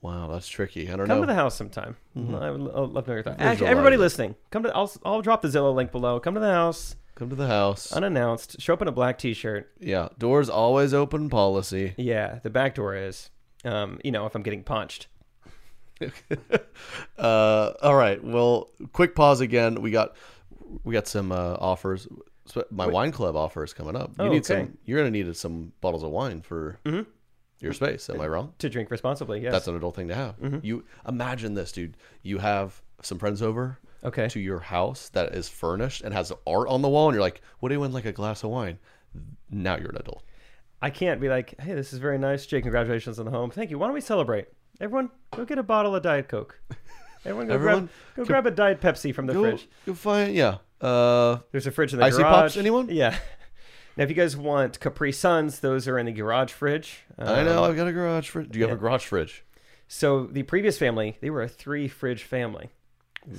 Speaker 3: Wow, that's tricky. I don't
Speaker 2: Come
Speaker 3: know.
Speaker 2: to the house sometime.
Speaker 3: Mm-hmm.
Speaker 2: I would lo- love to know your thoughts.
Speaker 3: Visualize
Speaker 2: Actually, everybody
Speaker 3: it.
Speaker 2: listening, come to. I'll, I'll drop the Zillow link below. Come to the house
Speaker 3: Come to the house.
Speaker 2: unannounced. Show up in a black T-shirt.
Speaker 3: yeah, doors always open policy.
Speaker 2: Yeah, the back door is. Um, you know, if I'm getting punched.
Speaker 3: Uh, all right. Well, quick pause again. We got we got some uh, offers. So my wine club offer is coming up. You
Speaker 2: Oh,
Speaker 3: need
Speaker 2: okay.
Speaker 3: some. You're gonna need some bottles of wine for your space. Am I wrong?
Speaker 2: to drink responsibly. Yes. Mm-hmm.
Speaker 3: That's an adult thing to have. You imagine this, dude. You have some friends over.
Speaker 2: Okay.
Speaker 3: To your house that is furnished and has art on the wall, and you're like, "What do you want? Like a glass of wine?" Now you're an adult.
Speaker 2: I can't be like, hey, this is very nice, Jake. Congratulations on the home. Thank you. Why don't we celebrate? Everyone, go get a bottle of Diet Coke. Everyone, go
Speaker 3: Everyone,
Speaker 2: grab go grab a Diet Pepsi from the
Speaker 3: Go,
Speaker 2: fridge.
Speaker 3: go find yeah. Uh,
Speaker 2: There's a fridge in the
Speaker 3: Icy
Speaker 2: garage.
Speaker 3: Pops, anyone?
Speaker 2: Yeah. Now, if you guys want Capri Suns, those are in the garage fridge.
Speaker 3: I
Speaker 2: Um,
Speaker 3: know. I've got a garage fridge. Do you have a garage fridge?
Speaker 2: So the previous family, they were a three fridge family.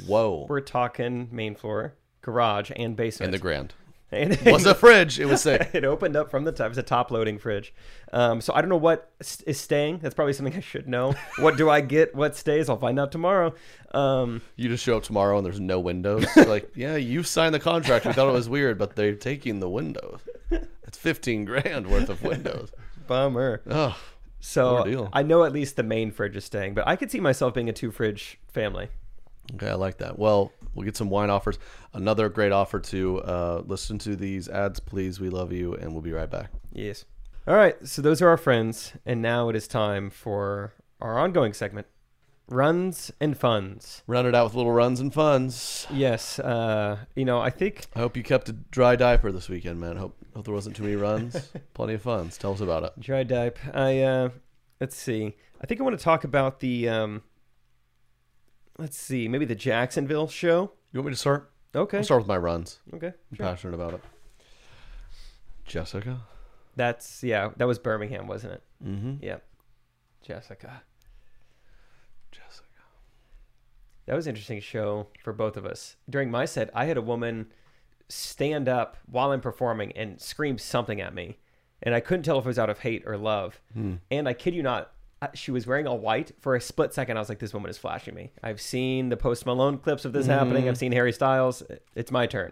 Speaker 3: Whoa.
Speaker 2: We're talking main floor, garage, and basement.
Speaker 3: and the grand
Speaker 2: And-
Speaker 3: was a fridge. It was sick.
Speaker 2: it opened up from the top. It's a top loading fridge. Um, so I don't know what s- is staying. That's probably something I should know. What do I get? What stays? I'll find out tomorrow. Um,
Speaker 3: You just show up tomorrow and there's no windows. You're like, yeah, you signed the contract. We thought it was weird, but they're taking the windows. It's fifteen grand worth of windows.
Speaker 2: bummer.
Speaker 3: Ugh. poor
Speaker 2: So
Speaker 3: deal.
Speaker 2: I know at least the main fridge is staying, but I could see myself being a two fridge family.
Speaker 3: Okay, I like that. Well, we'll get some wine offers. Another great offer to uh, listen to these ads, please. We love you, and we'll be right back.
Speaker 2: Yes. All right. So those are our friends, and now it is time for our ongoing segment, runs and funds.
Speaker 3: Round it out with little runs and funds.
Speaker 2: Yes. Uh, you know, I think
Speaker 3: I hope you kept a dry diaper this weekend, man. Hope hope there wasn't too many runs. Plenty of funs. Tell us about it.
Speaker 2: Dry dipe. I uh let's see. I think I want to talk about the um let's see, maybe the Jacksonville show.
Speaker 3: You want me to start?
Speaker 2: Okay.
Speaker 3: I'll start with my runs.
Speaker 2: Okay.
Speaker 3: I'm passionate about it. Jessica.
Speaker 2: That's yeah, that was Birmingham, wasn't it? Mm-hmm. Yeah. Jessica.
Speaker 3: Jessica.
Speaker 2: That was an interesting show for both of us. During my set, I had a woman stand up while I'm performing and scream something at me. And I couldn't tell if it was out of hate or love.
Speaker 3: Hmm.
Speaker 2: And I kid you not, I- she was wearing all white. For a split second, I was like, this woman is flashing me. I've seen the Post Malone clips of this
Speaker 3: Hmm.
Speaker 2: happening. I've seen Harry Styles. It's my turn.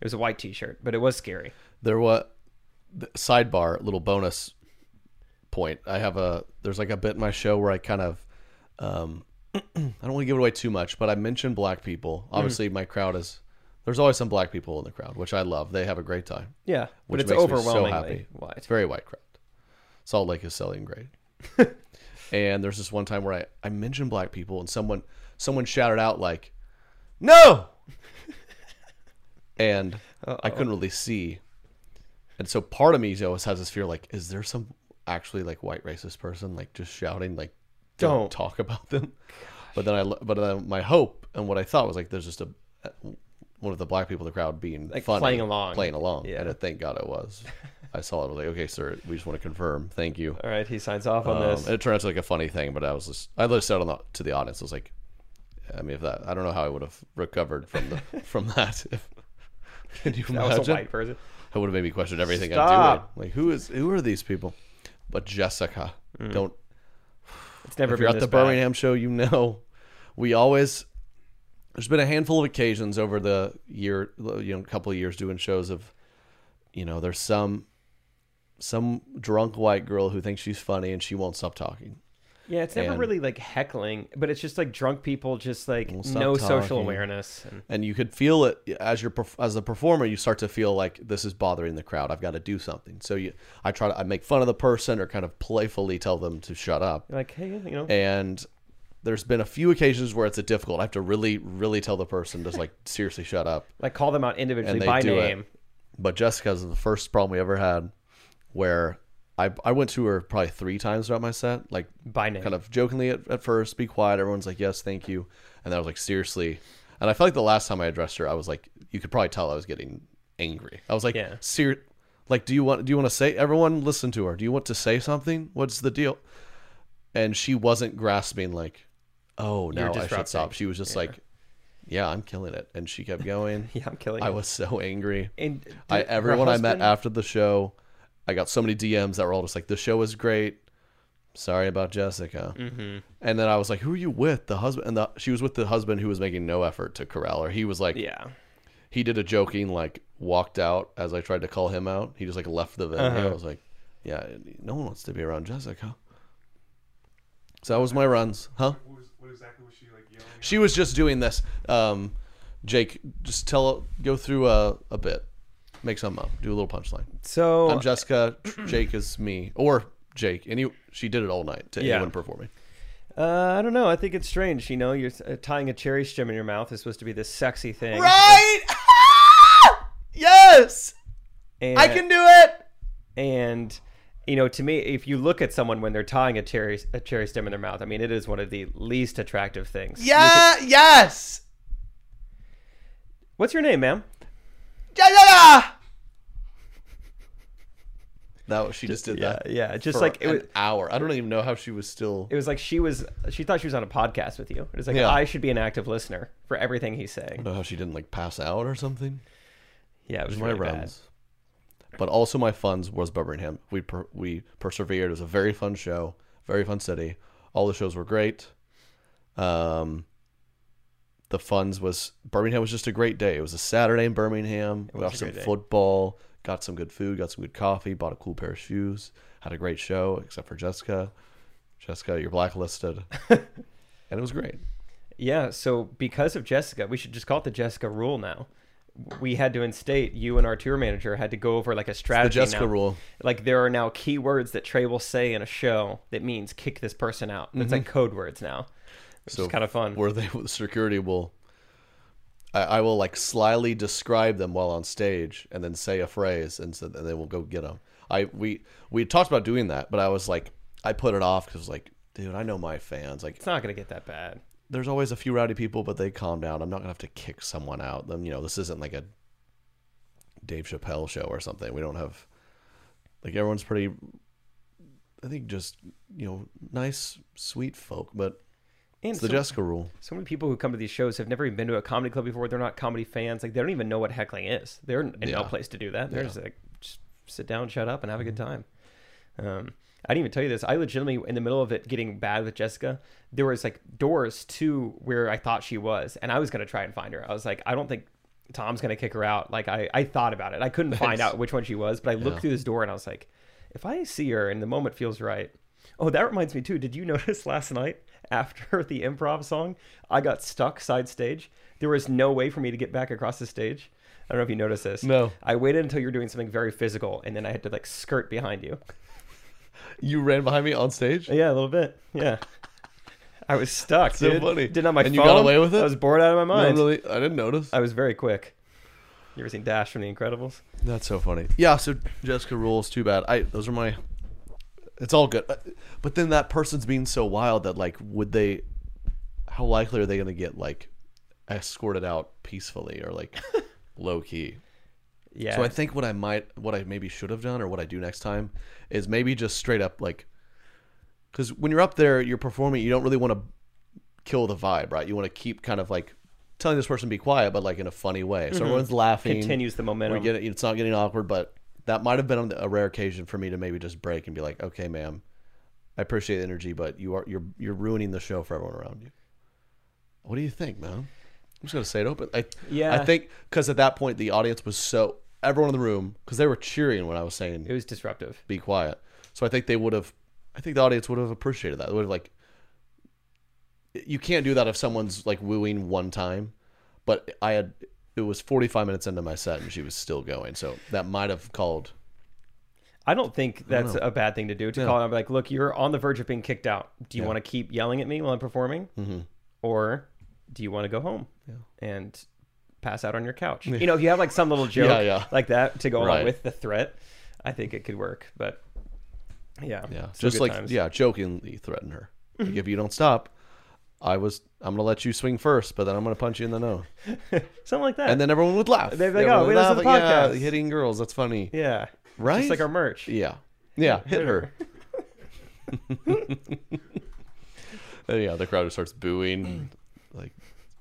Speaker 2: It was a white t shirt, but it was scary.
Speaker 3: There was sidebar little bonus point. I have a there's like a bit in my show where I kind of um I don't want to give it away too much, but I mentioned black people. Obviously, my crowd is there's always some black people in the crowd, which I love. They have a great time.
Speaker 2: Yeah.
Speaker 3: which
Speaker 2: but it's
Speaker 3: makes
Speaker 2: overwhelmingly
Speaker 3: me so happy.
Speaker 2: white.
Speaker 3: It's very white crowd. Salt Lake is selling great. and there's this one time where I, I mentioned black people and someone someone shouted out like, "No!" and I couldn't really see. And so part of me always has this fear like, is there some actually like white racist person like just shouting like, "Don't,
Speaker 2: Don't.
Speaker 3: talk about them." But then I lo- but then my hope and what I thought was like, there's just a one of the black people in the crowd being
Speaker 2: Like,
Speaker 3: funny,
Speaker 2: playing along.
Speaker 3: playing along.
Speaker 2: Yeah.
Speaker 3: And I thank God it was. I saw it. I was like, okay, sir, we just want to confirm. Thank you.
Speaker 2: All right. He signs off on
Speaker 3: Um,
Speaker 2: this.
Speaker 3: and it turned out to be like a funny thing, but I was just, I just out on the, to the audience. I was like, I mean, if that, I don't know how I would have recovered from the from that. If, can you
Speaker 2: that was a
Speaker 3: imagine?
Speaker 2: white person.
Speaker 3: It would have made me question everything
Speaker 2: Stop.
Speaker 3: I'm doing. Like, who is who are these people? But Jessica,
Speaker 2: Mm.
Speaker 3: don't
Speaker 2: It's never
Speaker 3: if
Speaker 2: been
Speaker 3: you're at
Speaker 2: this
Speaker 3: the
Speaker 2: bad.
Speaker 3: Birmingham show, you know we always. There's been a handful of occasions over the year, you know, couple of years doing shows of, you know, there's some, some drunk white girl who thinks she's funny and she won't stop talking.
Speaker 2: Yeah, it's never
Speaker 3: and-
Speaker 2: really like heckling, but it's just like drunk people, just like
Speaker 3: Well, stop
Speaker 2: no social
Speaker 3: talking.
Speaker 2: awareness. And
Speaker 3: and you could feel it as your perf- as a performer you start to feel like this is bothering the crowd i've got to do something so you i try to i make fun of the person or kind of playfully tell them to shut up
Speaker 2: you're like, hey, you know,
Speaker 3: and there's been a few occasions where it's a difficult i have to really really tell the person just like seriously shut up
Speaker 2: like call them out individually
Speaker 3: they
Speaker 2: by
Speaker 3: do it.
Speaker 2: name.
Speaker 3: but jessica's the first problem we ever had where i i went to her probably three times throughout my set like
Speaker 2: By name.
Speaker 3: kind of jokingly at, at first, be quiet. Everyone's like, yes, thank you. And then I was like, seriously. And I felt like the last time I addressed her, I was like, you could probably tell I was getting angry. I was like,
Speaker 2: Yeah.
Speaker 3: ser- like, do you want, do you want to say, everyone listen to her. Do you want to say something? What's the deal? And she wasn't grasping like, oh, no,
Speaker 2: You're
Speaker 3: I
Speaker 2: disrupting.
Speaker 3: should stop. She was just like, yeah, I'm killing it. And she kept going.
Speaker 2: Yeah, I'm killing.
Speaker 3: I
Speaker 2: it.
Speaker 3: was so angry.
Speaker 2: And
Speaker 3: I
Speaker 2: did her
Speaker 3: everyone I met
Speaker 2: husband-
Speaker 3: after the show, I got so many DMs that were all just like, "The show was great. sorry about Jessica. Mm-hmm. And then I was like, who are you with? The husband. And the, she was with the husband who was making no effort to corral her. He was like,
Speaker 2: Yeah.
Speaker 3: he did a joking, like, walked out as I tried to call him out. He just, like, left the venue.
Speaker 2: Uh-huh.
Speaker 3: I was like, yeah, no one wants to be around Jessica. So that was my runs, huh?
Speaker 7: What, was, what exactly was she like yelling? at?
Speaker 3: She was just doing this. Um, Jake, just tell, go through a, a bit, make something up, do a little punchline.
Speaker 2: So
Speaker 3: I'm Jessica. Jake is me, or Jake. Any she did it all night to
Speaker 2: Yeah.
Speaker 3: anyone performing.
Speaker 2: Uh, I don't know. I think it's strange. You know, you're uh, tying a cherry stem in your mouth is supposed to be this sexy thing.
Speaker 3: Right? yes,
Speaker 2: And,
Speaker 3: do it.
Speaker 2: And you know, to me, if you look at someone when they're tying a cherry a cherry stem in their mouth, I mean, it is one of the least attractive things. You could-
Speaker 3: yes.
Speaker 2: what's your name, ma'am?
Speaker 3: Yeah, yeah, yeah. That was, she just did
Speaker 2: Yeah,
Speaker 3: that.
Speaker 2: Uh, yeah. Just
Speaker 3: for
Speaker 2: like it
Speaker 3: an
Speaker 2: was.
Speaker 3: hour. I don't even know how she was still.
Speaker 2: It was like she was. She thought she was on a podcast with you. It was like
Speaker 3: Yeah.
Speaker 2: I should be an active listener for everything he's saying.
Speaker 3: know how she didn't like pass out or something.
Speaker 2: Yeah, it was
Speaker 3: my
Speaker 2: really bad.
Speaker 3: rounds. But also my funds was Birmingham. We per, we persevered. It was a very fun show, very fun city. All the shows were great. Um, the funds was Birmingham was just a great day. It was a Saturday in Birmingham. We
Speaker 2: was a
Speaker 3: watched some
Speaker 2: great day.
Speaker 3: football, got some good food, got some good coffee, bought a cool pair of shoes, had a great show. Except for Jessica, Jessica, you're blacklisted, and it was great.
Speaker 2: Yeah, so because of Jessica, we should just call it the Jessica rule now. We had to instate you and our tour manager had to go over like a strategy.
Speaker 3: Jessica
Speaker 2: now.
Speaker 3: rule.
Speaker 2: Like there are now key words that Trey will say in a show that means kick this person out. That's like code words now. Which
Speaker 3: Mm-hmm. So
Speaker 2: is kind of fun.
Speaker 3: where they the security will I, I will like slyly describe them while on stage and then say a phrase and so and they will go get them i we we talked about doing that but i was like i put it off because like dude i know my fans like
Speaker 2: It's not gonna get that bad.
Speaker 3: there's always a few rowdy people but they calm down i'm not gonna have to kick someone out then you know this isn't like a dave chappelle show or something we don't have like everyone's pretty i think just you know nice sweet folk but
Speaker 2: And
Speaker 3: it's the
Speaker 2: so,
Speaker 3: jessica rule
Speaker 2: so many people who come to these shows have never even been to a comedy club before. They're not comedy fans. Like they don't even know what heckling is. They're in no
Speaker 3: Yeah. Mm-hmm.
Speaker 2: place to do that. They're just like just sit down, shut up, and have a good time. Um, I didn't even tell you this. I legitimately, in the middle of it getting bad with Jessica, there was like doors to where I thought she was, and I was gonna try and find her. I was like, I don't think Tom's gonna kick her out. Like I, I thought about it. I couldn't find out which one she was, but I looked through this door and I was like, if I see her and the moment feels right. Oh, that reminds me too. Did you notice last night after the improv song, I got stuck side stage. There was no way for me to get back across the stage. I don't know if you noticed this.
Speaker 3: No.
Speaker 2: I waited until you were doing something very physical, and then I had to like skirt behind you.
Speaker 3: You ran behind me on stage?
Speaker 2: Yeah, a little bit. Yeah. I was stuck,
Speaker 3: so
Speaker 2: dude.
Speaker 3: funny.
Speaker 2: Didn't have my
Speaker 3: And you
Speaker 2: phone.
Speaker 3: got away with it?
Speaker 2: I was bored out of my
Speaker 3: No,
Speaker 2: mind.
Speaker 3: really, I didn't notice.
Speaker 2: I was very quick. You ever seen Dash from The Incredibles?
Speaker 3: That's so funny. Yeah, so Jessica rules. Too bad. I those are my. It's all good, Uh, but then that person's being so wild that like, would they? How likely are they going to get like escorted out peacefully or like low key?
Speaker 2: Yeah.
Speaker 3: So I think what I might, what I maybe should have done, or what I do next time, is maybe just straight up like, because when you're up there, you're performing, you don't really want to kill the vibe, right? You want to keep kind of like telling this person to be quiet, but like in a funny way. So everyone's laughing,
Speaker 2: Continues the
Speaker 3: We
Speaker 2: momentum.
Speaker 3: get it. It's not getting awkward, but that might have been on the- a rare occasion for me to maybe just break and be like, okay, ma'am, I appreciate the energy, but you are you're you're ruining the show for everyone around you. What do you think, man? I'm just gonna say it open. I,
Speaker 2: Yeah.
Speaker 3: I think because at that point the audience was so everyone in the room because they were cheering when I was saying
Speaker 2: It was disruptive.
Speaker 3: be quiet. So I think they would have. I think the audience would have appreciated that. They would have like. You can't do that if someone's like wooing one time, but I had it was forty five minutes into my set and she was still going, so that might have called.
Speaker 2: I don't think that's a bad thing to do to call and be like, look, you're on the verge of being kicked out. Do you want to keep yelling at me while I'm performing? Mm-hmm. Or do you want to go home and pass out on your couch? You know, if you have like some little joke
Speaker 3: Yeah, yeah.
Speaker 2: like that to go
Speaker 3: Right.
Speaker 2: along with the threat, I think it could work. But yeah.
Speaker 3: Yeah,
Speaker 2: still
Speaker 3: just
Speaker 2: good
Speaker 3: like
Speaker 2: times.
Speaker 3: yeah, jokingly threaten her. Like if you don't stop, I was I'm gonna let you swing first, but then I'm gonna punch you in the nose,
Speaker 2: Something like that.
Speaker 3: and then everyone would laugh.
Speaker 2: They'd be like,
Speaker 3: Everyone
Speaker 2: "Oh,
Speaker 3: would
Speaker 2: we listen to
Speaker 3: laugh,
Speaker 2: the
Speaker 3: like,
Speaker 2: podcast."
Speaker 3: yeah, hitting girls. That's funny,
Speaker 2: yeah.
Speaker 3: right?
Speaker 2: Just like our merch.
Speaker 3: Yeah. Yeah, hit her. And yeah, the crowd just starts booing. like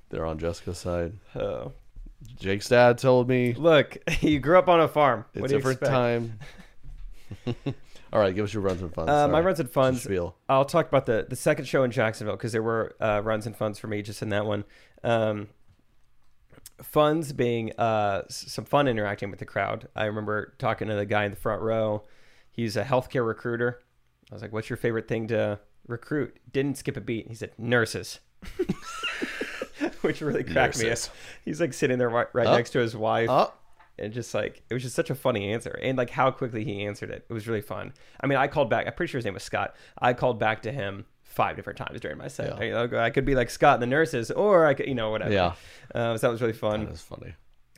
Speaker 3: they're on Jessica's side.
Speaker 2: Oh.
Speaker 3: Jake's dad told me
Speaker 2: Look, you grew up on a farm.
Speaker 3: it's
Speaker 2: what
Speaker 3: a
Speaker 2: do you
Speaker 3: different
Speaker 2: expect?
Speaker 3: time. All right, give us your runs and funds.
Speaker 2: Uh, my
Speaker 3: Sorry.
Speaker 2: runs and
Speaker 3: It's a
Speaker 2: funds.
Speaker 3: Spiel.
Speaker 2: I'll talk about the the second show in Jacksonville because there were uh, runs and funds for me just in that one. Um, funds being uh, s- some fun interacting with the crowd. I remember talking to the guy in the front row. He's a healthcare recruiter. I was like, "What's your favorite thing to recruit?" Didn't skip a beat. He said, "Nurses." Which really cracked
Speaker 3: Nurses.
Speaker 2: me up. He's like sitting there right, right
Speaker 3: Huh?
Speaker 2: next to his wife
Speaker 3: Oh,
Speaker 2: and just like it was just such a funny answer and like how quickly he answered it it was really fun i mean i called back i'm pretty sure his name was scott i called back to him five different times during my set I- I, could- I could be like scott and the nurses or i could you know whatever
Speaker 3: Yeah.
Speaker 2: uh, so that was really fun
Speaker 3: that's funny.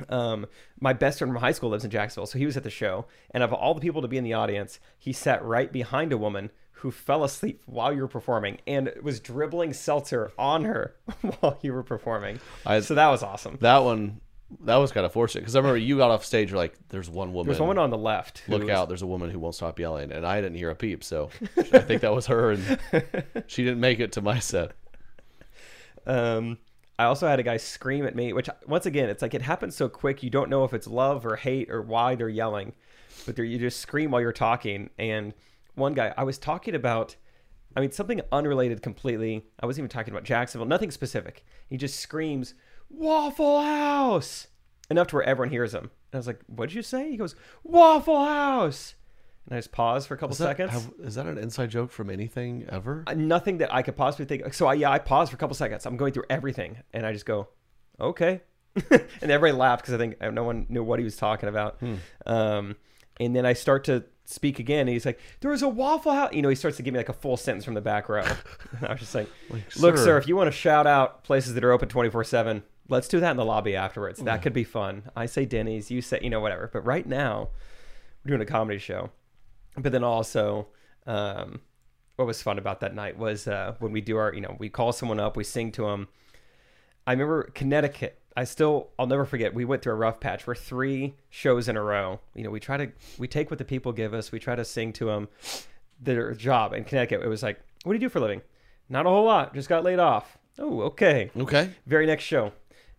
Speaker 2: um, my best friend from high school lives in jacksonville so he was at the show and of all the people to be in the audience he sat right behind a woman who fell asleep while you were performing and was dribbling seltzer on her while you were performing so that was awesome
Speaker 3: That one, that was kind of fortunate because I remember you got off stage. You're like, "There's one woman.
Speaker 2: there's one on the left who
Speaker 3: Look
Speaker 2: was-
Speaker 3: out! There's a woman who won't stop yelling." And I didn't hear a peep, so I think that was her, and she didn't make it to my set.
Speaker 2: Um, I also had a guy scream at me, which once again, it's like it happens so quick. You don't know if it's love or hate or why they're yelling, but they're, you just scream while you're talking. And one guy, I was talking about, I mean, something unrelated completely. I wasn't even talking about Jacksonville, nothing specific. He just screams, Waffle House! Enough to where everyone hears him. And I was like, What did you say? He goes, Waffle House! And I just pause for a couple
Speaker 3: Is that,
Speaker 2: seconds.
Speaker 3: have- is that an inside joke from anything ever?
Speaker 2: Uh, nothing that I could possibly think. So I, yeah, I pause for a couple seconds. I'm going through everything, and I just go, okay, and everybody laughed because I think no one knew what he was talking about. Um, and then I start to speak again, and he's like, "There was a Waffle House." You know, he starts to give me like a full sentence from the back row. and I was just like, "Look,
Speaker 3: sir."
Speaker 2: sir, if you want to shout out places that are open 24 seven, let's do that in the lobby afterwards. That could be fun." I say Denny's, you say, you know, whatever. But right now, we're doing a comedy show but then also um, what was fun about that night was uh, when we do our you know we call someone up we sing to them i remember connecticut i still i'll never forget we went through a rough patch we're three shows in a row you know we try to we take what the people give us we try to sing to them their job in connecticut it was like what do you do for a living not a whole lot just got laid off oh okay
Speaker 3: Okay.
Speaker 2: very next show.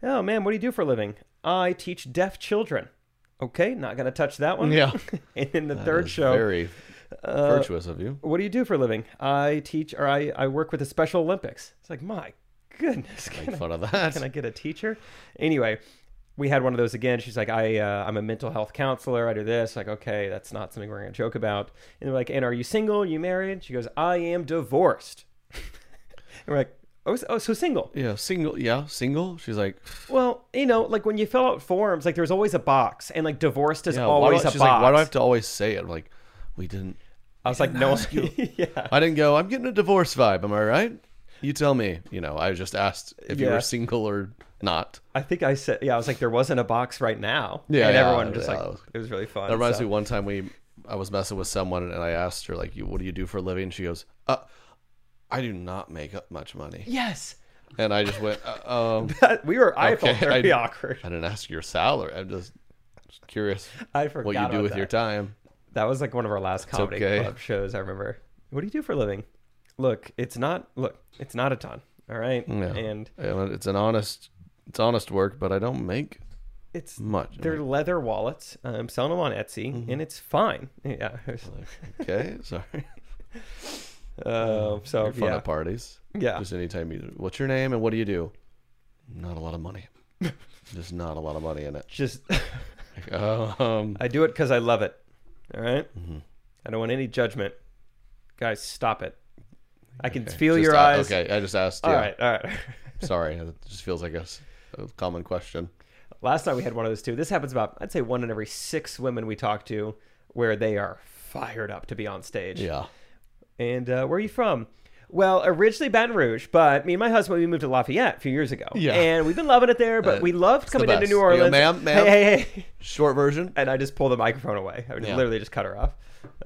Speaker 2: Oh man, what do you do for a living? I teach deaf children. Okay, not gonna touch that one.
Speaker 3: Yeah.
Speaker 2: and then the
Speaker 3: That
Speaker 2: third
Speaker 3: is
Speaker 2: show, Uh,
Speaker 3: Very virtuous of you.
Speaker 2: what do you do for a living? I teach or I, I work with the Special Olympics. It's like, my goodness, can
Speaker 3: Make
Speaker 2: I,
Speaker 3: fun of that.
Speaker 2: can I get a teacher? Anyway, we had one of those again. She's like, I uh, I'm a mental health counselor. I do this. Like, okay, that's not something we're gonna joke about. And they're like, and are you single? you married? She goes, I am divorced. and we're like, oh, so- oh, so single.
Speaker 3: Yeah, single. Yeah, single. She's like,
Speaker 2: Well, you know, like when you fill out forms, like there's always a box, and like divorced is
Speaker 3: yeah, why do I,
Speaker 2: always a
Speaker 3: she's
Speaker 2: box.
Speaker 3: like, why do I have to always say it? I'm like, we didn't.
Speaker 2: I was like, no, yeah,
Speaker 3: I didn't go. I'm getting a divorce vibe. Am I right? You tell me. You know, I just asked if you
Speaker 2: Yeah.
Speaker 3: were single or not.
Speaker 2: I think I said, yeah, I was like, there wasn't a box right now.
Speaker 3: Yeah,
Speaker 2: and
Speaker 3: yeah,
Speaker 2: everyone just
Speaker 3: yeah,
Speaker 2: like,
Speaker 3: it was-
Speaker 2: it was really fun.
Speaker 3: That reminds
Speaker 2: so.
Speaker 3: me. One time we, I was messing with someone and I asked her like, "You, what do you do for a living?" She goes, "Uh, I do not make up much money."
Speaker 2: Yes,
Speaker 3: And I just went, uh, um,
Speaker 2: we were. I felt
Speaker 3: Okay,
Speaker 2: very
Speaker 3: I-
Speaker 2: awkward.
Speaker 3: "I didn't ask your salary. I'm just, just curious
Speaker 2: I forgot
Speaker 3: what you do
Speaker 2: about
Speaker 3: with
Speaker 2: that.
Speaker 3: your time."
Speaker 2: That was like one of our last comedy
Speaker 3: okay.
Speaker 2: club shows. I remember. What do you do for a living? Look, it's not. Look, it's not a ton. All right, and
Speaker 3: And it's an honest, it's honest work, but I don't make
Speaker 2: it's
Speaker 3: much.
Speaker 2: they're leather wallets. I'm selling them on Etsy,
Speaker 3: Mm-hmm.
Speaker 2: and it's fine. Yeah.
Speaker 3: Okay, sorry.
Speaker 2: Uh, so
Speaker 3: Fun
Speaker 2: yeah.
Speaker 3: at parties.
Speaker 2: Yeah.
Speaker 3: Just anytime you. What's your name and what do you do? Not a lot of money. There's not a lot of money in it.
Speaker 2: just
Speaker 3: Um,
Speaker 2: I do it because I love it. All right?
Speaker 3: Mm-hmm.
Speaker 2: I don't want any judgment. Guys, stop it. I can feel
Speaker 3: just
Speaker 2: your
Speaker 3: a-
Speaker 2: eyes.
Speaker 3: Okay, I just asked.
Speaker 2: All
Speaker 3: yeah.
Speaker 2: right, all right.
Speaker 3: Sorry, it just feels like a, s- a common question.
Speaker 2: Last night we had one of those too. This happens about I'd say one in every six women we talk to, where they are fired up to be on stage.
Speaker 3: Yeah.
Speaker 2: And uh, where are you from? Well, originally Baton Rouge, but me and my husband we moved to Lafayette a few years ago.
Speaker 3: Yeah.
Speaker 2: And we've been loving it there, but
Speaker 3: Uh,
Speaker 2: we loved
Speaker 3: the
Speaker 2: coming into
Speaker 3: best.
Speaker 2: New
Speaker 3: You go,
Speaker 2: Orleans.
Speaker 3: "Ma'am, ma'am."
Speaker 2: Hey, hey, hey.
Speaker 3: Short version.
Speaker 2: and I just pull the microphone away. I would
Speaker 3: Yeah.
Speaker 2: literally just cut her off.